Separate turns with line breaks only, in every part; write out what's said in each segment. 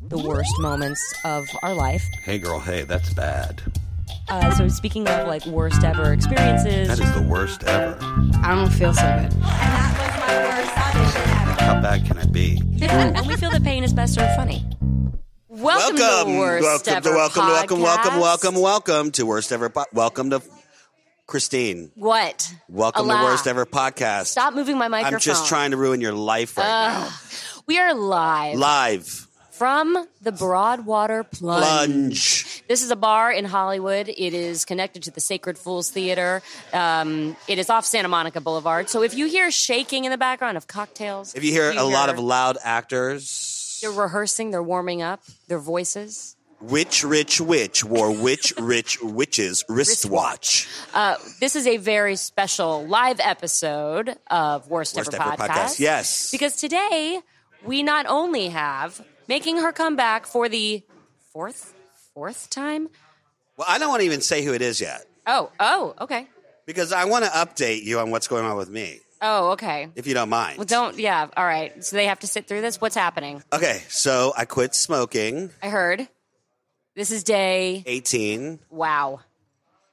the worst moments of our life.
Hey, girl, hey, that's bad.
Uh, so speaking of like worst ever experiences,
That is the worst ever.
I don't feel so good.
And that was my worst audition ever.
How bad can it be?
and we feel that pain is best served funny. Welcome, to worst
welcome,
ever
to welcome, welcome, welcome,
podcast.
welcome, welcome to worst ever. Po- welcome to Christine.
What?
Welcome
Allow.
to worst ever podcast.
Stop moving my microphone.
I'm just trying to ruin your life right
We are live
now. Live
from the Broadwater Plunge.
plunge.
This is a bar in Hollywood. It is connected to the Sacred Fools Theater. Um, it is off Santa Monica Boulevard. So if you hear shaking in the background of cocktails,
If you hear a lot of
they're
loud actors,
rehearsing, they're warming up their voices.
which rich witch wore which rich witch's wristwatch?
Uh, this is a very special live episode of Worst,
Worst
Ever,
Ever
Podcast.
Podcast, yes.
Because today we not only have making her come back for the fourth fourth time.
Well, I don't want to even say who it is yet
Oh, oh, okay.
because I want to update you on what's going on with me,
Oh, okay.
if you don't mind.
Well, don't. Yeah. All right. So they have to sit through this. What's happening?
Okay, so I quit smoking.
I heard. This is day.
18
Wow.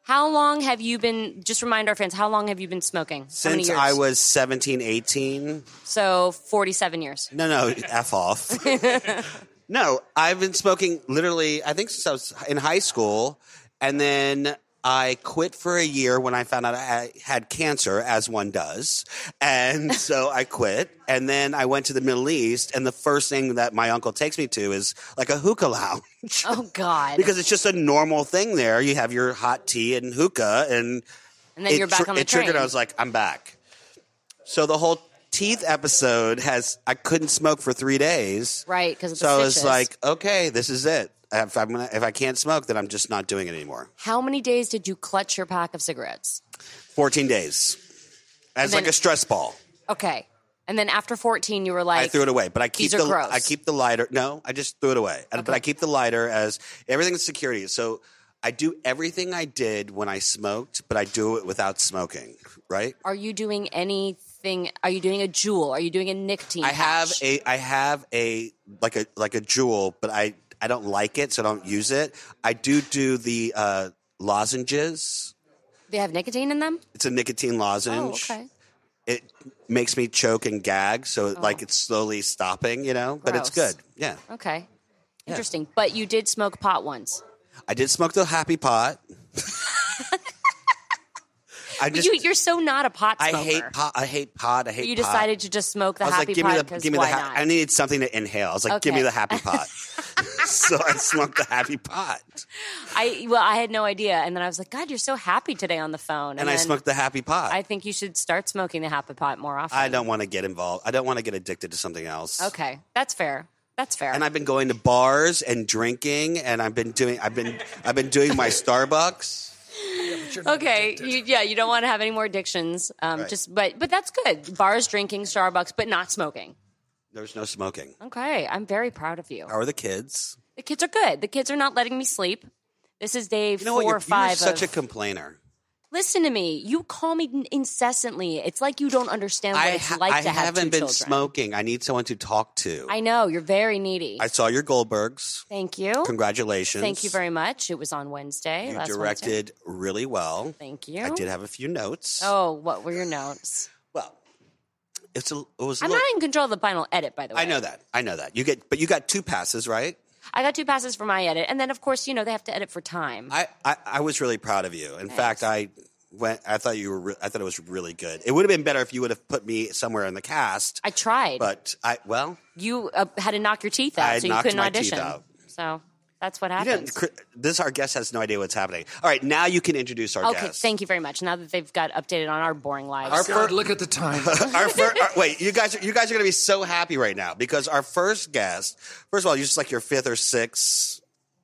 How long have you been? Just remind our fans. How long have you been smoking? how many
since
years?
I was 17, 18.
so forty-seven years.
No, no, F off. no, I've been smoking literally, I think since I was in high school. And then I quit for a year when I found out I had cancer, as one does. And so I quit. And then I went to the Middle East. And the first thing that my uncle takes me to is like a hookah lounge
Oh God.
because it's just a normal thing there. You have your hot tea and hookah, and
And then
it,
you're back
tr-
on the
it triggered.
train.
I was like, I'm back. So the whole teeth episode has I couldn't smoke for three days.
Right, 'cause of the
so I was
stitches.
like, okay, this is it. If I'm gonna, if I can't smoke, then I'm just not doing it anymore.
How many days did you clutch your pack of cigarettes?
Fourteen days. As
then-
like a stress ball,
Okay. And then after fourteen, you were like,
I threw it away. But I keep
these are
the
gross.
I keep the lighter. No, I just threw it away. And But I keep the lighter as everything's security. So I do everything I did when I smoked, but I do it without smoking. Right?
Are you doing anything? Are you doing a jewel? Are you doing a nicotine?
I have
patch?
a I have a like a like a jewel, but I I don't like it, so I don't use it. I do do the uh, lozenges.
They have nicotine in them.
It's a nicotine
Oh,
lozenge.
okay.
It makes me choke and gag, so like it's slowly stopping, you know. But it's
Oh. Gross.
good. Yeah,
Okay. Interesting. But you did smoke pot once.
I did smoke the happy pot. I
But
just
you, you're so not a pot
I
smoker.
hate pot. I hate pot. I hate.
You
pot.
decided to just smoke the
I was
happy
like, give
pot
me the,
because
give me the.
why
Ha-
not?
I needed something to inhale. I was like, give me
Okay.
the happy pot. so I smoked the happy pot.
I well, I had no idea, and then I was like, God, you're so happy today on the phone.
and I
then
smoked the happy pot.
I
I,
think you should start smoking the happy pot more often.
don't want to get involved. I don't want to get addicted to something else.
Okay, that's fair. That's fair.
And I've been going to bars and drinking, and I've been doing. I've been. I've been doing my Starbucks.
okay, you, yeah, you don't want to have any more addictions. Um,
Right.
Just but but that's good. Bars, drinking, Starbucks, but not smoking.
There's no smoking.
Okay, I'm very proud of you.
How are the kids?
The kids are good. The kids are not letting me sleep. This is day
You know
four
what? You're,
or 5
you're such
of-
a complainer.
Listen to me. You call me incessantly. It's like you don't understand what
I,
it's
ha-
like
I
to have
haven't
two
been
children.
smoking. I need someone to talk to.
I know you're very needy.
I saw your Goldbergs.
Thank you.
Congratulations.
Thank you very much. It was on Wednesday.
You
last Wednesday.
directed really well.
Thank you.
I did have a few notes.
Oh, what were your notes?
well, it's a, it was. a
I'm
little-
not in control of the final edit, by the way.
I know that. I know that. You get, but you got two passes, right?
I got two passes for my edit, and then of course, you know, they have to edit for time.
I, I, I was really proud of you. In fact, I went. I thought you were. Re- I thought it was really good. It would have been better if you would have put me somewhere in the cast.
I tried.
but I well,
you uh, had to knock your teeth out,
I
so you
knocked
couldn't
my teeth
audition.
out.
So that's what
you
happens.
didn't, cr- this our guest has no idea what's happening. All right, now you can introduce our
okay,
guest.
thank you very much. Now that they've got updated on our boring lives,
Our
God,
first,
look at the time.
our fir- our- wait, you guys, are, you guys are going to be so happy right now because our first guest. First of all, you're just like your fifth or sixth.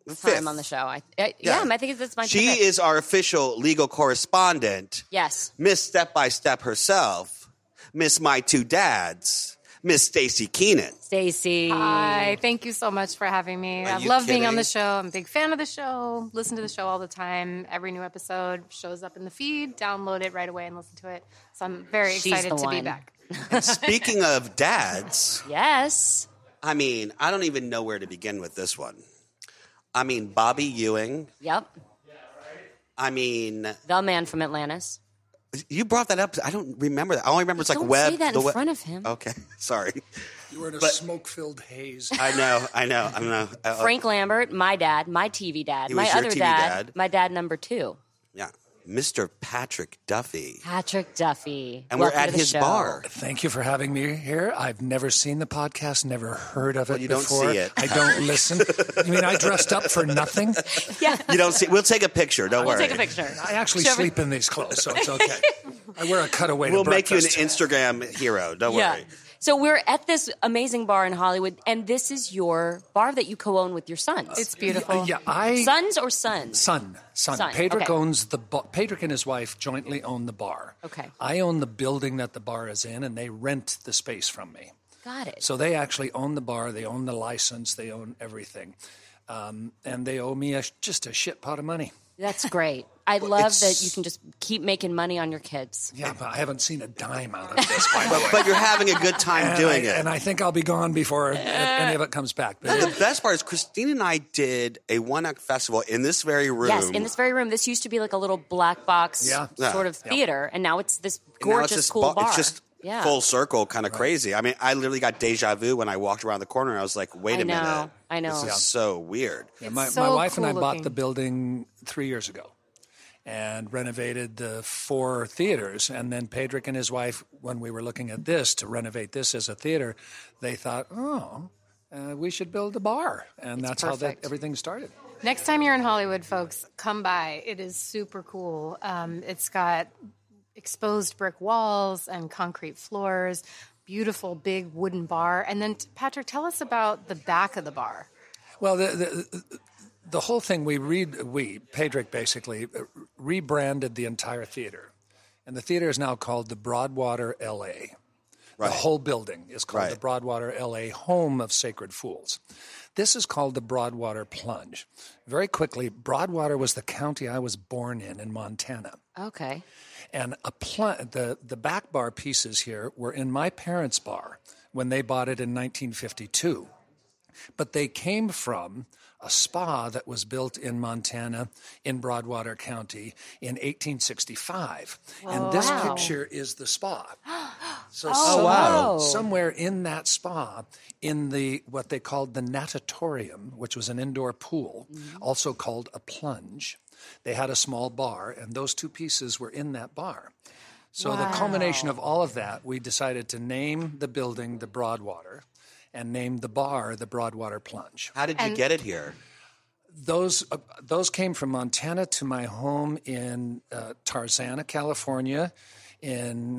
time
fifth.
on the show. I, I yeah. I think that's my.
She
pick.
is our official legal correspondent.
Yes.
Miss Step by Step herself, Miss My Two Dads, Miss Stacy Keenan.
Stacy.
Uh,
Hi, thank you so much for having me.
Are
I
you
love being on
kidding?
the show. I'm a big fan of the show. Listen to the show all the time. Every new episode shows up in the feed. Download it right away and listen to it. So I'm very
She's
excited
the
to be
one.
back.
Speaking of dads,
Yes.
I mean, I don't even know where to begin with this one. I mean, Bobby Ewing.
Yep.
I mean,
The man from Atlantis.
you brought that up. I don't remember that. I only remember it's like
Don't
web.
say that
the Oh,
in
web-
front of him.
Okay, sorry.
You were in a
But-
smoke filled haze.
I know. I know. I don't know. Uh,
Frank Lambert, my dad, my TV dad,
He
my
was your
other
TV
dad,
dad.
my dad number two,
yeah, Mr. Patrick Duffy,
Patrick Duffy.
and
Welcome
we're
to
at
the
his
show.
bar.
Thank you for having me here. I've never seen the podcast, never heard of it
you don't
before.
see it.
I don't listen. You mean I dressed up for nothing?
You don't see. We'll take a picture. Don't
We'll
worry.
take a picture.
I actually
Sure.
sleep in these clothes, so it's okay. I wear a cutaway.
We'll
to
make you an
breakfast.
Instagram hero. Don't worry.
So we're at this amazing bar in Hollywood, and this is your bar that you co-own with your sons.
It's beautiful.
Yeah, I
sons or sons.
Son, son.
Son,
Pedrick
okay.
owns the bar. Pedrick and his wife jointly own the bar.
Okay.
I own the building that the bar is in, and they rent the space from me.
Got it.
So they actually own the bar. They own the license. They own everything, um, and they owe me a, just a shit pot of money.
That's great. I love that
it's-
you can just keep making money on your kids.
Yeah, but I haven't seen a dime out of this. By the way.
But you're having a good time
and
doing
I,
it.
and I think I'll be gone before any of it comes back. But
the best part is Christine and I did a one act festival in this very room.
Yes, in this very room. This used to be like a little black box
Yeah.
Yeah.
sort of
Yeah.
theater, and now it's this
And now
gorgeous,
it's just
cool
bu-
bar.
It's just
yeah.
full circle, kind of crazy. I mean, I literally got deja vu when I walked around the corner. I was like, wait
I
a minute.
know, I know.
This is
Yeah.
so weird.
my,
so
my wife and I
cool
bought
looking.
the building three years ago and renovated the four theaters. And then Pedrick and his wife, when we were looking at this to renovate this as a theater, they thought, oh, uh, we should build a bar. And that's how that,
perfect.
everything started.
Next time you're in Hollywood, folks, come by. It is super cool. Um, it's got exposed brick walls and concrete floors, beautiful big wooden bar. And then, t- Patrick, tell us about the back of the bar.
Well, the, the, the whole thing we read, we, Pedrick basically, uh, rebranded the entire theater. And the theater is now called the Broadwater LA.
Right.
The whole building is called the
Right.
Broadwater LA Home of Sacred Fools. This is called the Broadwater Plunge. Very quickly, Broadwater was the county I was born in in Montana.
okay.
And a pl- the, the back bar pieces here were in my parents' bar when they bought it in 1952. But they came from a spa that was built in Montana in Broadwater County in 1865. and this
Wow.
picture is the spa. So
wow.
somewhere in that spa, in the what they called the natatorium, which was an indoor pool, also called a plunge, they had a small bar, and those two pieces were in that bar. So the culmination of all of that, we decided to name the building the Broadwater, and named the bar the Broadwater Plunge.
How did you get it here?
Those uh, those came from Montana to my home in uh, Tarzana, California, in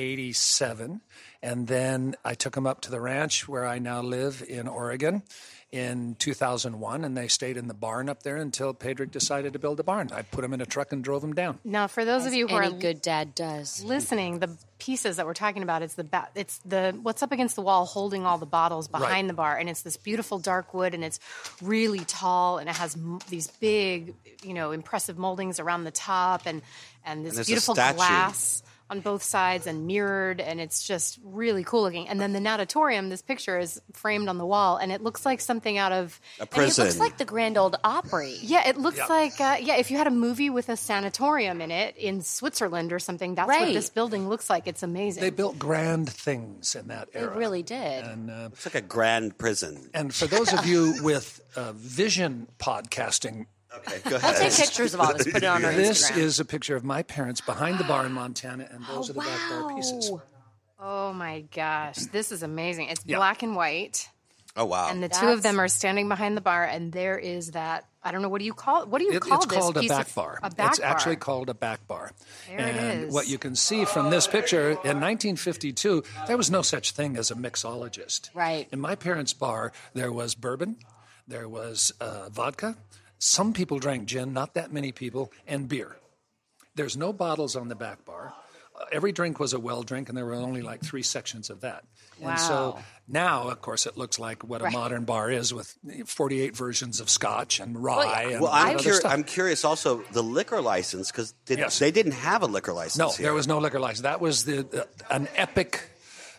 1987, and then I took them up to the ranch where I now live in Oregon in 2001, and they stayed in the barn up there until Pedrick decided to build a barn. I put them in a truck and drove them down.
Now, for those of you who are
Any good dad does.
listening, the pieces that we're talking about it's the ba- it's the what's up against the wall holding all the bottles behind
Right.
the bar, and it's this beautiful dark wood, and it's really tall, and it has m- these big, you know, impressive moldings around the top, and and this
And there's a
beautiful
statue.
glass on both sides and mirrored, and it's just really cool looking. And then the natatorium, this picture is framed on the wall, and it looks like something out of
A
And it
prison.
looks like the Grand Old Opry.
yeah, it looks
Yeah.
like uh, yeah. If you had a movie with a sanatorium in it in Switzerland or something, that's
Right.
what this building looks like. It's amazing.
They built grand things in that
They
era.
really did.
It's like a grand prison.
And for those of you with uh, vision podcasting
Okay, go
I'll
ahead.
take pictures of all this. Put it on our
This
Instagram.
is a picture of my parents behind the bar in Montana, and those are the back bar pieces.
Wow.
Oh my gosh, this is amazing. It's
Yeah.
black and white,
Oh, wow.
and the two of them are standing behind the bar, and there is that. I don't know what do you call what do you
It-
call
it's
this
called a
piece
back
of,
bar.
A back
it's
bar.
actually called a back bar.
There it
and
is.
what you can see from this picture in 1952, there was no such thing as a mixologist.
Right.
In my parents' bar, there was bourbon, there was uh, vodka. Some people drank gin, not that many people, and beer. There's no bottles on the back bar. Uh, Every drink was a well drink, and there were only like three sections of that. And so
Wow.
now, of course, it looks like what a modern bar is with 48 versions of scotch and rye. and
well,
all that
I'm,
other
curi-
stuff.
I'm curious also the liquor license because
Yes.
they didn't have a liquor license
No,
here.
there was no liquor license. That was the uh, an epic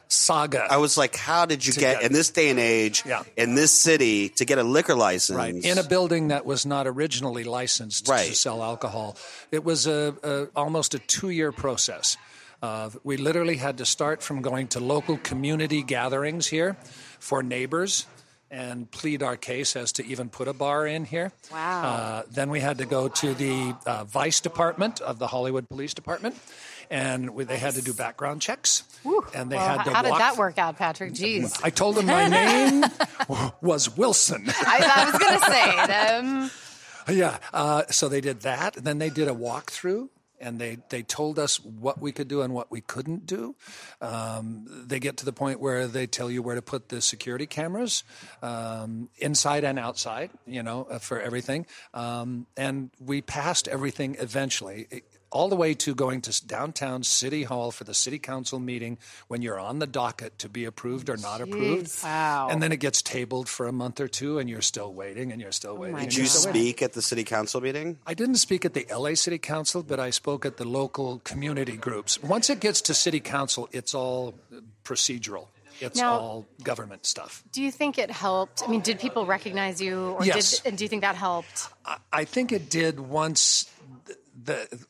saga.
I was like, how did you get
get-
in this day and age,
Yeah.
in this city, to get a liquor license?
Right. In a building that was not originally licensed
Right.
to sell alcohol. It was a, a almost a two year process. Uh, we literally had to start from going to local community gatherings here for neighbors and plead our case as to even put a bar in here.
Wow.
Uh, then we had to go to the uh, vice department of the Hollywood Police Department. And we, they had to do background checks, and they
Well,
had to
h- how did
walk.
that work out, Patrick? Jeez.
I told them my name was Wilson.
I, I was going to say, um,
Yeah. Uh, so they did that. And then they did a walkthrough and they, they told us what we could do and what we couldn't do. Um, they get to the point where they tell you where to put the security cameras um, inside and outside, you know, uh, for everything. Um, and we passed everything eventually. It- all the way to going to s- downtown city hall for the city council meeting when you're on the docket to be approved or not approved.
Wow.
And then it gets tabled for a month or two and you're still waiting and you're still waiting. and
Did
you're
you
still waiting.
speak at the city council meeting?
I didn't speak at the LA City Council, but I spoke at the local community groups. Once it gets to city council, it's all procedural. It's
Now-
all government stuff.
do you think it helped? I mean, did people recognize you? Or
Yes.
Did, and do you think that helped?
I, I think it did once th- the.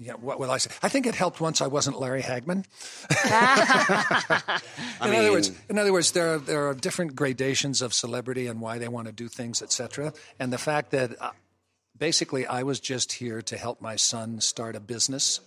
Yeah, what will I say? I think it helped once I wasn't Larry Hagman. in other words, in other words, there are, there are different gradations of celebrity and why they want to do things, etc. And the fact that uh, basically I was just here to help my son start a business,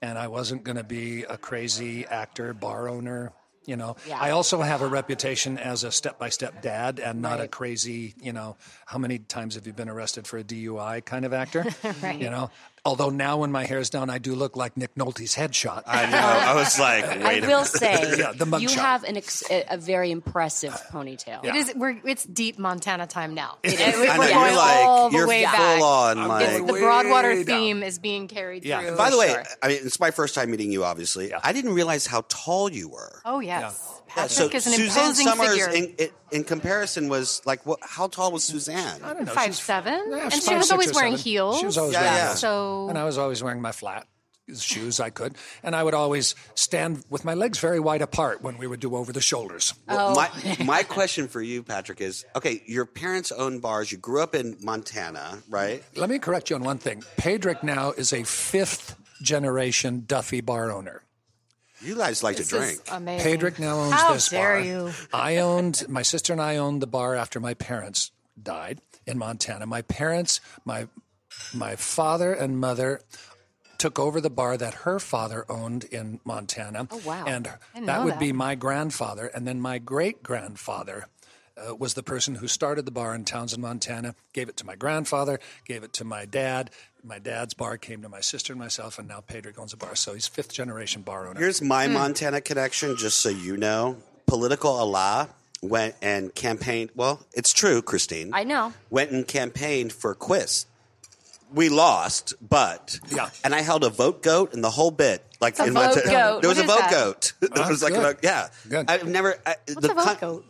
and I wasn't going to be a crazy actor, bar owner. You know, I also have a reputation as a step-by-step dad and not a crazy, you know, how many times have you been arrested for a DUI kind of actor? You know, although now when my hair's down, I do look like Nick Nolte's headshot.
I know. I was like,
I
wait a
will
minute.
say,
Yeah, the mug
you
shot.
have an ex- a a very impressive ponytail.
It is, we're, it's deep Montana time now. It
is.
I
We're
know,
going
you're like,
all the
you're
way
full
back.
on.
I'm
like,
It's the
Way
Broadwater
down.
theme is being carried
Yeah.
through.
By the way,
Sure.
I mean, it's my first time meeting you, obviously. I didn't realize how tall you were.
oh yes, Patrick
so
is an
Suzanne
imposing
Summers,
figure.
in, in, in comparison, was like, what, how tall was Suzanne?
I don't know.
Five
she's-
seven?
Yeah,
And
she's
she
five,
was
six
always
or
wearing
seven.
heels.
She was always
Yeah,
wearing
yeah.
heels.
So-
and I was always wearing my flat shoes I could, and I would always stand with my legs very wide apart when we would do over the shoulders.
Well,
Oh.
my, my question for you, Patrick, is okay, your parents own bars. You grew up in Montana, right?
Let me correct you on one thing. Pedrick now is a fifth generation Duffy bar owner.
You guys like to drink.
amazing.
Pedrick now owns
How
this
dare
bar.
you.
I owned my sister and I owned the bar after my parents died in Montana. My parents, my my father and mother took over the bar that her father owned in Montana. Oh
wow.
And
know
that would
that.
be my grandfather and then my great grandfather. Uh, was the person who started the bar in Townsend, Montana, gave it to my grandfather, gave it to my dad. My dad's bar came to my sister and myself, and now Pedrick owns a bar. So he's fifth generation bar owner.
Here's my Montana connection, just so you know. Political Allah went and campaigned. Well, it's true, Christine.
I know.
Went and campaigned for Quist. We lost, but
Yeah.
And I held a vote goat and the whole bit. Like in
vote
Montana,
goat.
there was
What
a
is
vote
that?
goat. there
Ah,
was like a
good.
vote, yeah.
Good.
I've never. I,
What's
the
a vote
con-
goat?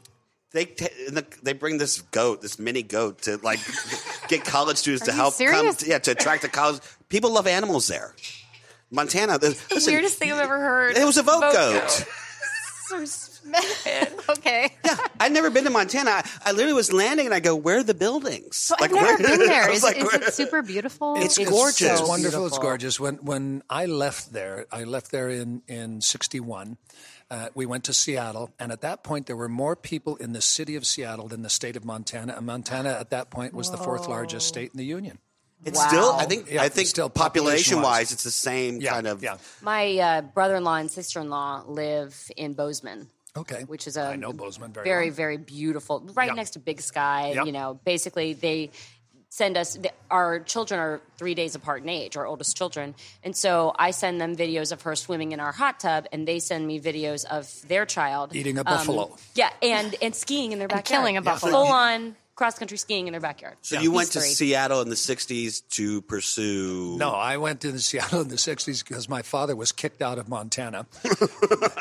They ta and the, they bring this goat, this mini goat, to like get college students to
you
help come.
serious?
To, yeah, to attract the college. People love animals there. Montana. The, listen,
Weirdest thing I've ever heard.
it was a vote,
Vote
goat.
okay.
I'd never been to Montana. I, I literally was landing and I go, where are the buildings?
So I've never
where-
been
I
there.
was
Is,
like,
is
where-
it super beautiful?
It's
It's
gorgeous.
so
It's wonderful. It's
beautiful.
gorgeous. When when I left there, I left there in in '61. Uh, we went to Seattle, and at that point, there were more people in the city of Seattle than the state of Montana. And Montana, at that point, was the fourth largest state in the union.
It's still, I think,
Yeah,
I think
it's still
population wise,
population-wise.
it's the same
Yeah,
kind of.
yeah.
My uh, brother-in-law and sister-in-law live in Bozeman.
Okay,
which is a
I know Bozeman very
very,
well.
very beautiful, right
Yeah.
next to Big Sky.
Yeah.
You know, basically they send us th our children are three days apart in age, our oldest children, and so I send them videos of her swimming in our hot tub, and they send me videos of their child
Eating a
um,
buffalo.
yeah, and and skiing in their backyard,
killing a buffalo.
full on cross country skiing in their backyard.
So you went
These
to
three.
Seattle in the 60s to pursue.
No, I went to Seattle in the '60s because my father was kicked out of Montana.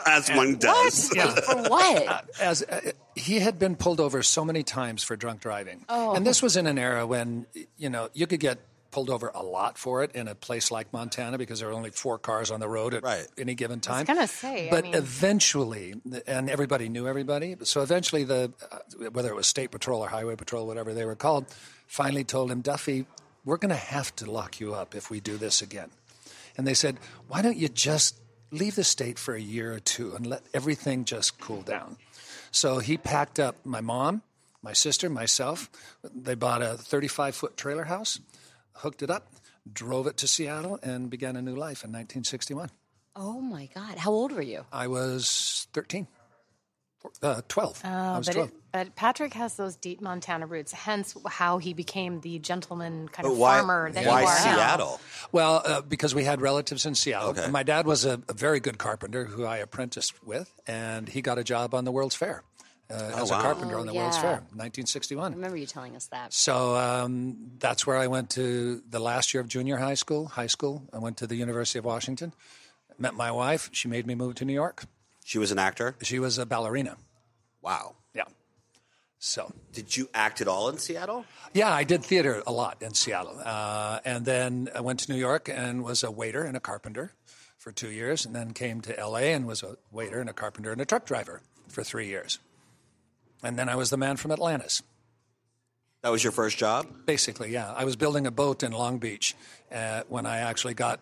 As one does.
Yeah.
for what?
as uh, he had been pulled over so many times for drunk driving. Oh. And this was in an era when you know you could get pulled over a lot for it in a place like Montana because there are only four cars on the road at
Right.
any given time. I
gonna say, I
but
mean-
eventually, and everybody knew everybody. So eventually, the uh, whether it was state patrol or highway patrol, whatever they were called, finally told him, Duffy, we're going to have to lock you up if we do this again. And they said, why don't you just leave the state for a year or two and let everything just cool down? So he packed up my mom, my sister, myself. They bought a 35 foot trailer house, hooked it up, drove it to Seattle, and began a new life in 1961.
Oh my God. How old were you?
I was 13, four- uh, 12. I was
Oh, but,
12.
it, but Patrick has those deep Montana roots, hence how he became the gentleman kind
But
of
why,
farmer that
why
you are now.
Seattle?
Well, uh, because we had relatives in Seattle.
Okay.
My dad was a, a very good carpenter who I apprenticed with, and he got a job on the World's Fair uh, as
Oh, wow.
a carpenter on the World's
yeah.
Fair, 1961.
remember you telling us that.
So um, that's where I went to the last year of junior high school, high school. I went to the University of Washington, met my wife. She made me move to New York.
She was an actor.
She was a ballerina.
Wow.
Yeah. So,
Did you act at all in Seattle?
yeah, I did theater a lot in Seattle. Uh, and then I went to New York and was a waiter and a carpenter for two years, and then came to LA and was a waiter and a carpenter and a truck driver for three years. And then I was the man from Atlantis.
That was your first job.
Basically, yeah. I was building a boat in Long Beach uh, when I actually got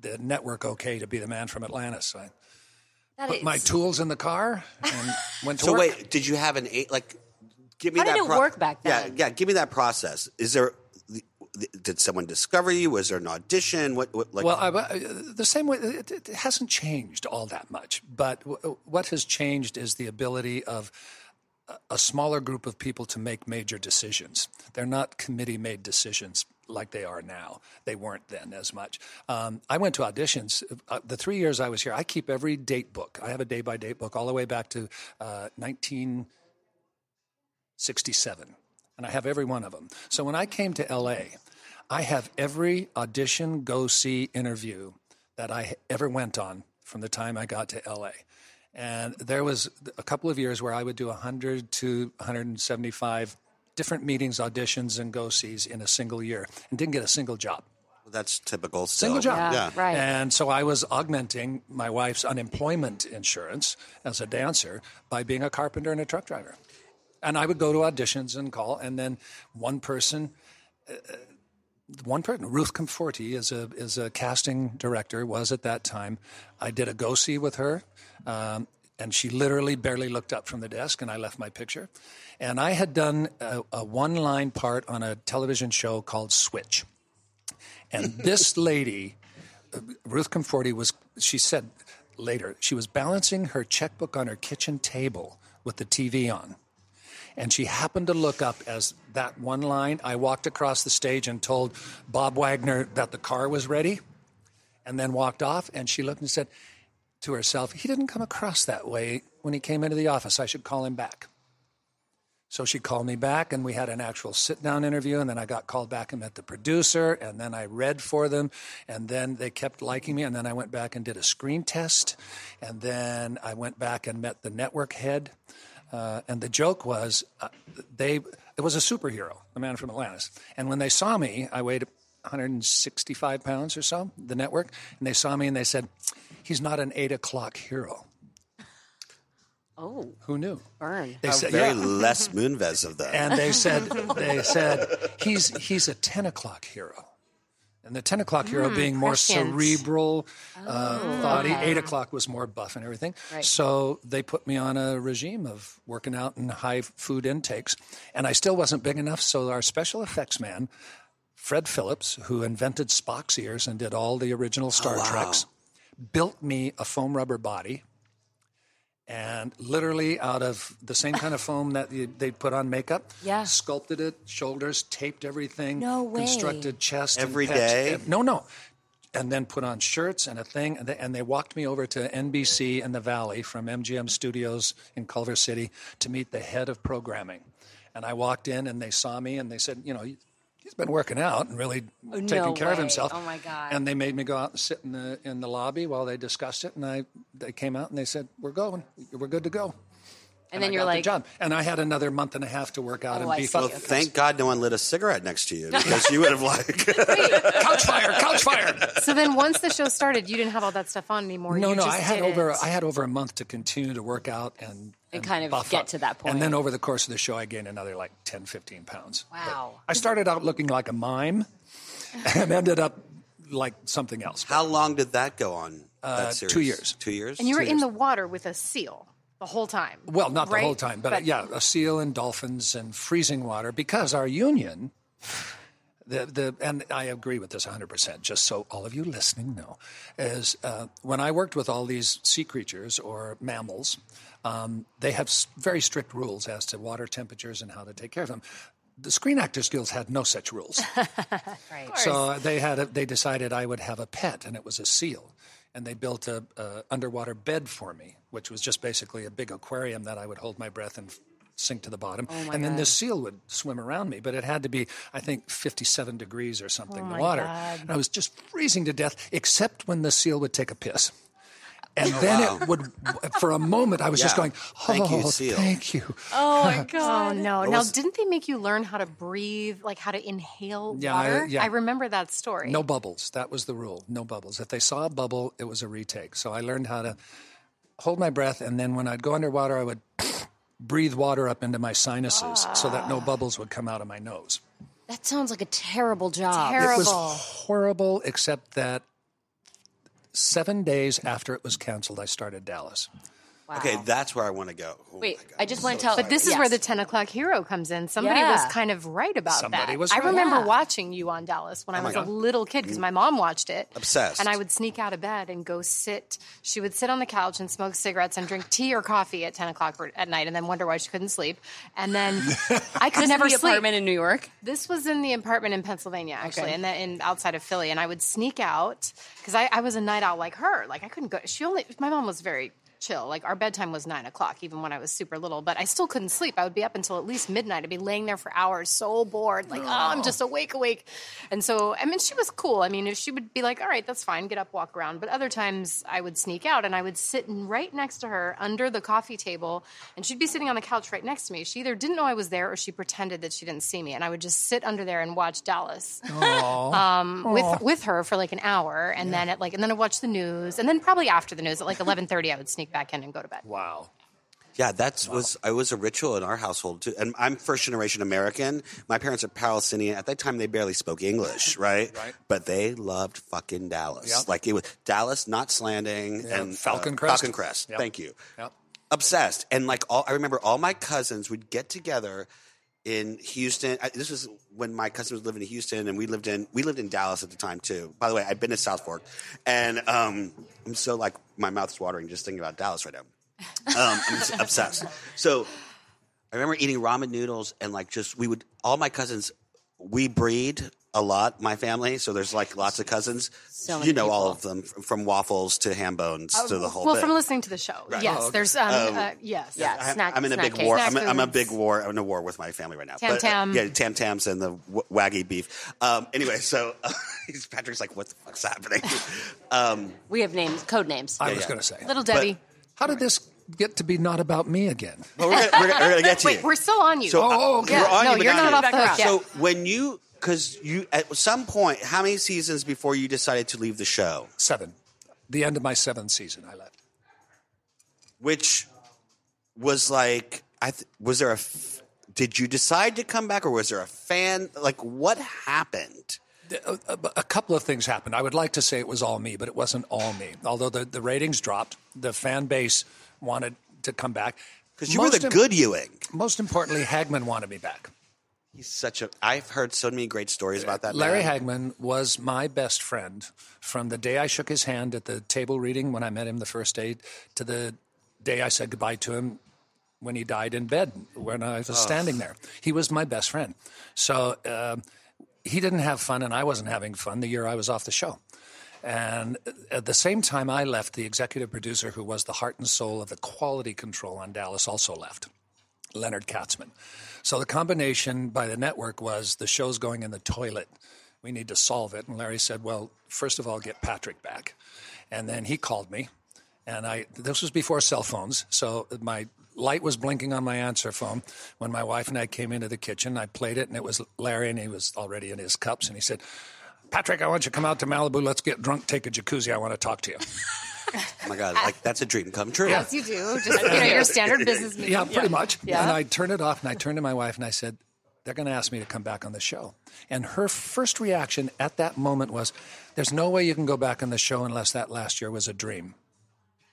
the network okay to be the man from Atlantis. So I
That
put
is-
my tools in the car and went to
So
work.
wait, did you have an eight? Like, give me
How
that.
did it work back then?
Yeah, yeah. Give me that process. Is there? Did someone discover you? Was there an audition? What? what like,
Well, I, I- the same way, it, it hasn't changed all that much. But w- what has changed is the ability of a- a smaller group of people to make major decisions. They're not committee made decisions like they are now. They weren't then as much. Um, I went to auditions. Uh, the three years I was here, I keep every date book. I have a day by date book all the way back to uh, 19- 67, and I have every one of them. So when I came to LA, I have every audition, go see, interview that I ever went on from the time I got to LA. And there was a couple of years where I would do 100 to 175 different meetings, auditions, and go sees in a single year and didn't get a single job.
that's typical. Still.
Single job.
Yeah.
Right.
And so I was augmenting my wife's unemployment insurance as a dancer by being a carpenter and a truck driver. And I would go to auditions and call, and then one person, uh, one person, Ruth Comforti is a is a casting director was at that time. I did a go see with her, um, and she literally barely looked up from the desk, and I left my picture. And I had done a, a one line part on a television show called Switch, and this lady. Ruth Comforti was, she said later, she was balancing her checkbook on her kitchen table with the TV on. And she happened to look up as that one line. I walked across the stage and told Bob Wagner that the car was ready, and then walked off. And she looked and said to herself, He didn't come across that way when he came into the office. I should call him back. So she called me back, and we had an actual sit down interview. And then I got called back and met the producer, and then I read for them. And then they kept liking me. And then I went back and did a screen test. And then I went back and met the network head. Uh, and the joke was, uh, they it was a superhero, the man from Atlantis. And when they saw me, I weighed 165 pounds or so, the network, and they saw me and they said, "He's not an eight o'clock hero."
Oh,
Who knew?
burn.
They said,
Very
"Yeah."
less Moonves of that.
and they said they said he's he's a ten o'clock hero, and the ten o'clock hero being more
prescient.
cerebral, uh, body. Eight o'clock was more buff and everything. So they put me on a regime of working out and high food intakes, and I still wasn't big enough. So our special effects man. Fred Phillips, who invented Spock's ears and did all the original Star Treks, built me a foam rubber body and literally out of the same kind of foam that you- they put on makeup,
Yeah.
sculpted it, shoulders, taped everything,
No way.
constructed chest
Every
and pecs.
day?
Ev- No, no. And then put on shirts and a thing, and they, and they walked me over to NBC in the Valley from MGM Studios in Culver City to meet the head of programming. And I walked in, and they saw me, and they said, "You know, he- he's been working out and really taking
no
care of
way.
himself."
Oh, my God.
And they made me go out and sit in the in the lobby while they discussed it, and I they came out and they said, "We're going, we're good to go."
And then
I
you're
got the
like-
job. and I had another month and a half to work out
Oh,
and
I
beef
see.
up.
Well, thank God no one lit a cigarette next to you because you would have like.
couch fire, couch fire.
So then, once the show started, you didn't have all that stuff on anymore.
No,
You
no,
just
I had
did
over
it.
I had over a month to continue to work out and and
kind of
buff
get
up.
to that point.
And then over the course of the show, I gained another like 10, 15 pounds. But
Wow.
I started out looking like a mime, and ended up like something else.
How long did that go on? that series?
Uh, two years.
Two years.
and you were
Two
in
years.
the water with a seal the whole time.
Well, not the
right?
whole time, but, uh yeah, a seal and dolphins and freezing water because our union. The, the, and I agree with this 100%, just so all of you listening know, is uh, when I worked with all these sea creatures or mammals, um, they have s- very strict rules as to water temperatures and how to take care of them. The Screen Actors Guild had no such rules. So they had a, they decided I would have a pet, and it was a seal. And they built a, a underwater bed for me, which was just basically a big aquarium that I would hold my breath and f- sink to the bottom. and then this seal would swim around me, but it had to be, I think, 57 degrees or something in the water. And I was just freezing to death, except when the seal would take a piss. And then it would, for a moment, I was just
Oh, Yeah.
going, oh,
Thank you, seal."
Thank you.
Oh my god.
Oh no! Now, didn't they make you learn how to breathe, like how to inhale
Yeah, I-
water?
yeah.
I remember that story.
No bubbles. That was the rule. No bubbles. If they saw a bubble, it was a retake. So I learned how to hold my breath, and then when I'd go underwater, I would breathe water up into my sinuses so that no bubbles would come out of my nose.
That sounds like a terrible job.
Terrible.
It was horrible, except that seven days after it was canceled, I started Dallas.
Okay, that's where I want to go. Oh
Wait,
my God.
I just want to tell.
But this is
Yes.
where the 10 o'clock hero comes in. Somebody
Yeah.
was kind of right about
Somebody
that.
was
I
right. Oh
remember
Yeah.
watching you on Dallas when I was a
God.
little kid
Mm.
because my mom watched it.
Obsessed.
And I would sneak out of bed and go sit. She would sit on the couch and smoke cigarettes and drink tea or coffee at 10 o'clock or- at night and then wonder why she couldn't sleep. And then I
This
could
is
never
the
sleep.
apartment in New York.
This was in the apartment in Pennsylvania, actually,
Okay.
and then in outside of Philly. And I would sneak out because I, I was a night owl like her. Like I couldn't go. She only. My mom was very chill. Like our bedtime was nine o'clock, even when I was super little. But I still couldn't sleep. I would be up until at least midnight. I'd be laying there for hours, so bored. Like oh, I'm just awake, awake. And so I mean, she was cool. I mean, if she would be like, all right, that's fine, get up, walk around. But other times I would sneak out and I would sit in- right next to her under the coffee table, and she'd be sitting on the couch right next to me. She either didn't know I was there or she pretended that she didn't see me, and I would just sit under there and watch Dallas um, with with her for like an hour, and then at like and then I watch the news, and then probably after the news at like eleven thirty, I would sneak back in and go to bed.
Wow.
Yeah, that was it was a ritual in our household too. And I'm first generation American. My parents are Palestinian. At that time, they barely spoke English, right? right. But they loved fucking Dallas.
Yep.
Like it was Dallas, Knots Landing, and uh,
Falcon Crest.
Falcon Crest.
Yep.
Thank you.
Yep.
Obsessed. And like all, I remember all my cousins would get together in Houston. I, this was when my cousin was living in Houston, and we lived in we lived in Dallas at the time too. By the way, I've been to South Fork, and um, I'm so like my mouth's watering just thinking about Dallas right now. Um, I'm s- obsessed. So I remember eating ramen noodles and like just we would all my cousins. We breed a lot, my family. So there's like lots of cousins.
So many
you know all of them f- from waffles to ham bones to the whole.
Oh, Well,
bit.
from listening to the show, yes, there's um, uh, yes,
Yeah.
I,
snack-
am in a
snack
big
cake.
war.
Snack
I'm, a, I'm a big
foods.
war. I'm in a war with my family right now. But, uh,
Tam-tam.
yeah, tam tams and the w- waggy beef. Um, anyway, so Patrick's like, "What the fuck's happening?" um,
We have names, code names.
I was
yeah.
going to say.
Little Debbie.
How did this get to be not about me again?
but we're gonna, we're gonna, we're gonna get to
Wait,
you.
we're still on you.
So,
Oh, okay.
we're
Yeah,
on
no,
you, but
you're not off the hook
Back
yet.
So when you, because you at some point, how many seasons before you decided to leave the show?
Seven. The end of my seventh season, I left.
Which was like, I th- was there a? F- did you decide to come back, or was there a fan? Like, what happened?
Uh, a couple of things happened. I would like to say it was all me, but it wasn't all me. Although the, the ratings dropped, the fan base wanted to come back.
Because you were the
im-
good Ewing.
Most importantly, Hagman wanted me back.
He's such a. I've heard so many great stories about that.
Larry
man.
Hagman was my best friend from the day I shook his hand at the table reading when I met him the first day to the day I said goodbye to him when he died in bed when I was standing there. He was my best friend. So uh, he didn't have fun, and I wasn't having fun the year I was off the show. And at the same time I left, the executive producer who was the heart and soul of the quality control on Dallas also left, Leonard Katzman. So the combination by the network was the show's going in the toilet. We need to solve it. And Larry said, well, first of all, get Patrick back. And then he called me. And I, this was before cell phones. So my light was blinking on my answer phone when my wife and I came into the kitchen. I played it, and it was Larry, and he was already in his cups, and he said, "Patrick, I want you to come out to Malibu. Let's get drunk, take a jacuzzi. I want to talk to you."
Oh my God, like that's a dream come true.
Yes, you do. Just you know, your standard business meeting.
Yeah, pretty much.
Yeah.
And I turned it off and I turned to my wife and I said, They're going to ask me to come back on the show. And her first reaction at that moment was, There's no way you can go back on the show unless that last year was a dream.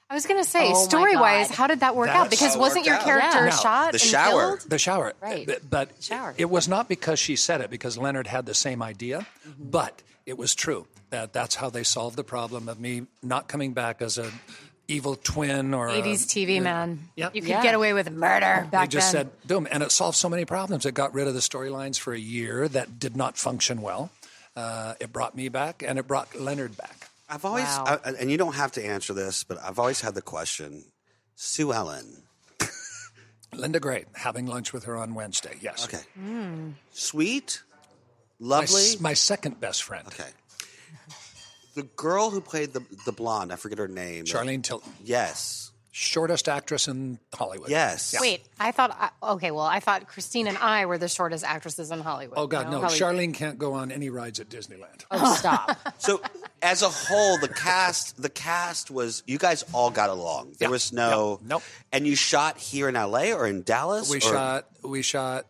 I was gonna say,
Oh my
story wise,
God.
how did that work
That's
out? Because
how it
wasn't your
worked out.
character
Yeah. No,
shot
the
and
shower.
killed?
The shower.
Right.
B- But
Shower.
it was not because she said it, because Leonard had the same idea, but it was true that that's how they solved the problem of me not coming back as a evil twin or a-
80s TV man.
Yep.
You could
Yeah.
get away with murder
They
back
just
then.
said boom, and it solved so many problems. It got rid of the storylines for a year that did not function well. Uh, it brought me back, and it brought Leonard back.
I've always,
Wow.
I- and you don't have to answer this, but I've always had the question Sue Ellen,
Linda Gray having lunch with her on Wednesday. Yes,
okay.
Hmm.
Sweet,
My,
lovely.
s- my second best friend,
okay. The girl who played the, the blonde, I forget her name.
Charlene Tilton,
Yes.
shortest actress in Hollywood.
Yes.
Wait, I thought. I, okay, well, I thought Christine and I were the shortest actresses in Hollywood.
Oh God, no!
Probably-
Charlene can't go on any rides at Disneyland.
Oh, stop.
So as a whole, the cast, the cast was, you guys all got along. There
Yeah.
was no,
Yeah. Nope.
And you shot here in LA or in Dallas?
We
or-
shot. We shot.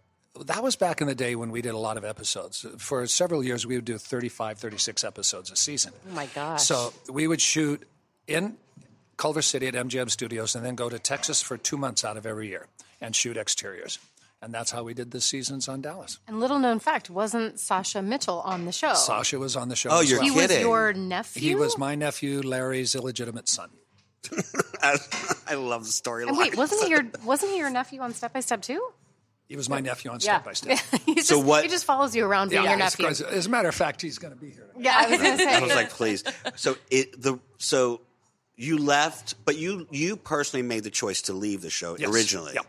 That was back in the day when we did a lot of episodes. For several years, we would do 35, 36 episodes a season. Oh
my gosh.
So we would shoot in Culver City at MGM Studios, and then go to Texas for two months out of every year and shoot exteriors. And that's how we did the seasons on Dallas.
And little known fact, wasn't Sasha Mitchell on the show?
Sasha was on the show.
Oh,
as
you're
He
well.
was
Kidding.
your nephew.
He was my nephew, Larry's illegitimate son.
I love the storyline.
And wait, wasn't he your wasn't he your nephew on Step by Step too?
He was my nephew on Step by Step.
He's
So
just,
what-
He just follows you around being your
it's
nephew.
crazy. As a matter of fact, he's going to be here.
Yeah, I was gonna say.
I was like, please. So it the so you left, but you you personally made the choice to leave the show
Yes.
originally.
Yep.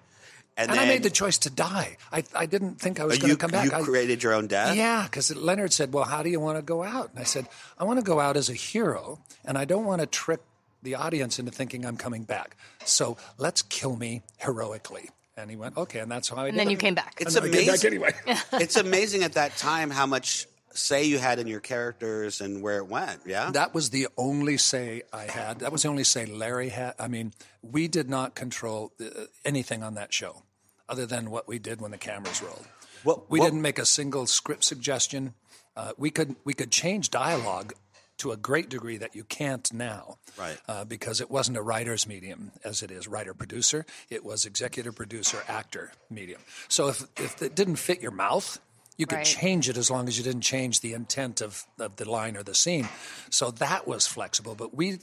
And,
And
then
I made the choice to die. I, I didn't think I was going
you
to come back.
you
I-
created your own death.
Yeah, because Leonard said, Well, how do you want to go out? And I said, I want to go out as a hero, and I don't want to trick the audience into thinking I'm coming back. So let's kill me heroically. And he went, Okay, and that's how I
and then you came back.
It's
And I came back
amazing.
anyway.
it's amazing at that time how much say you had in your characters and where it went. Yeah.
That was the only say I had. That was the only say Larry had. I mean, we did not control uh, anything on that show other than what we did when the cameras rolled.
What-
we
what-
didn't make a single script suggestion. Uh, we could we could change dialogue to a great degree that you can't now,
Right.
Uh, because it wasn't a writer's medium as it is writer producer. It was executive producer actor medium. So if if it didn't fit your mouth, you could
Right.
change it as long as you didn't change the intent of, of the line or the scene. So that was flexible, but we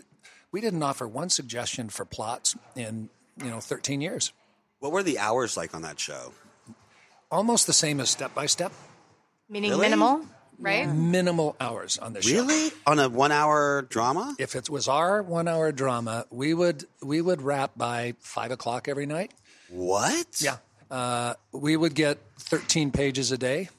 we didn't offer one suggestion for plots in you know 13 years.
what were the hours like on that show?
Almost the same as step by step,
Meaning
Really?
minimal, right?
minimal hours on the show.
Really? On a one hour drama?
If it was our one hour drama, we would we would wrap by five o'clock every night.
What?
Yeah. Uh, we would get 13 pages a day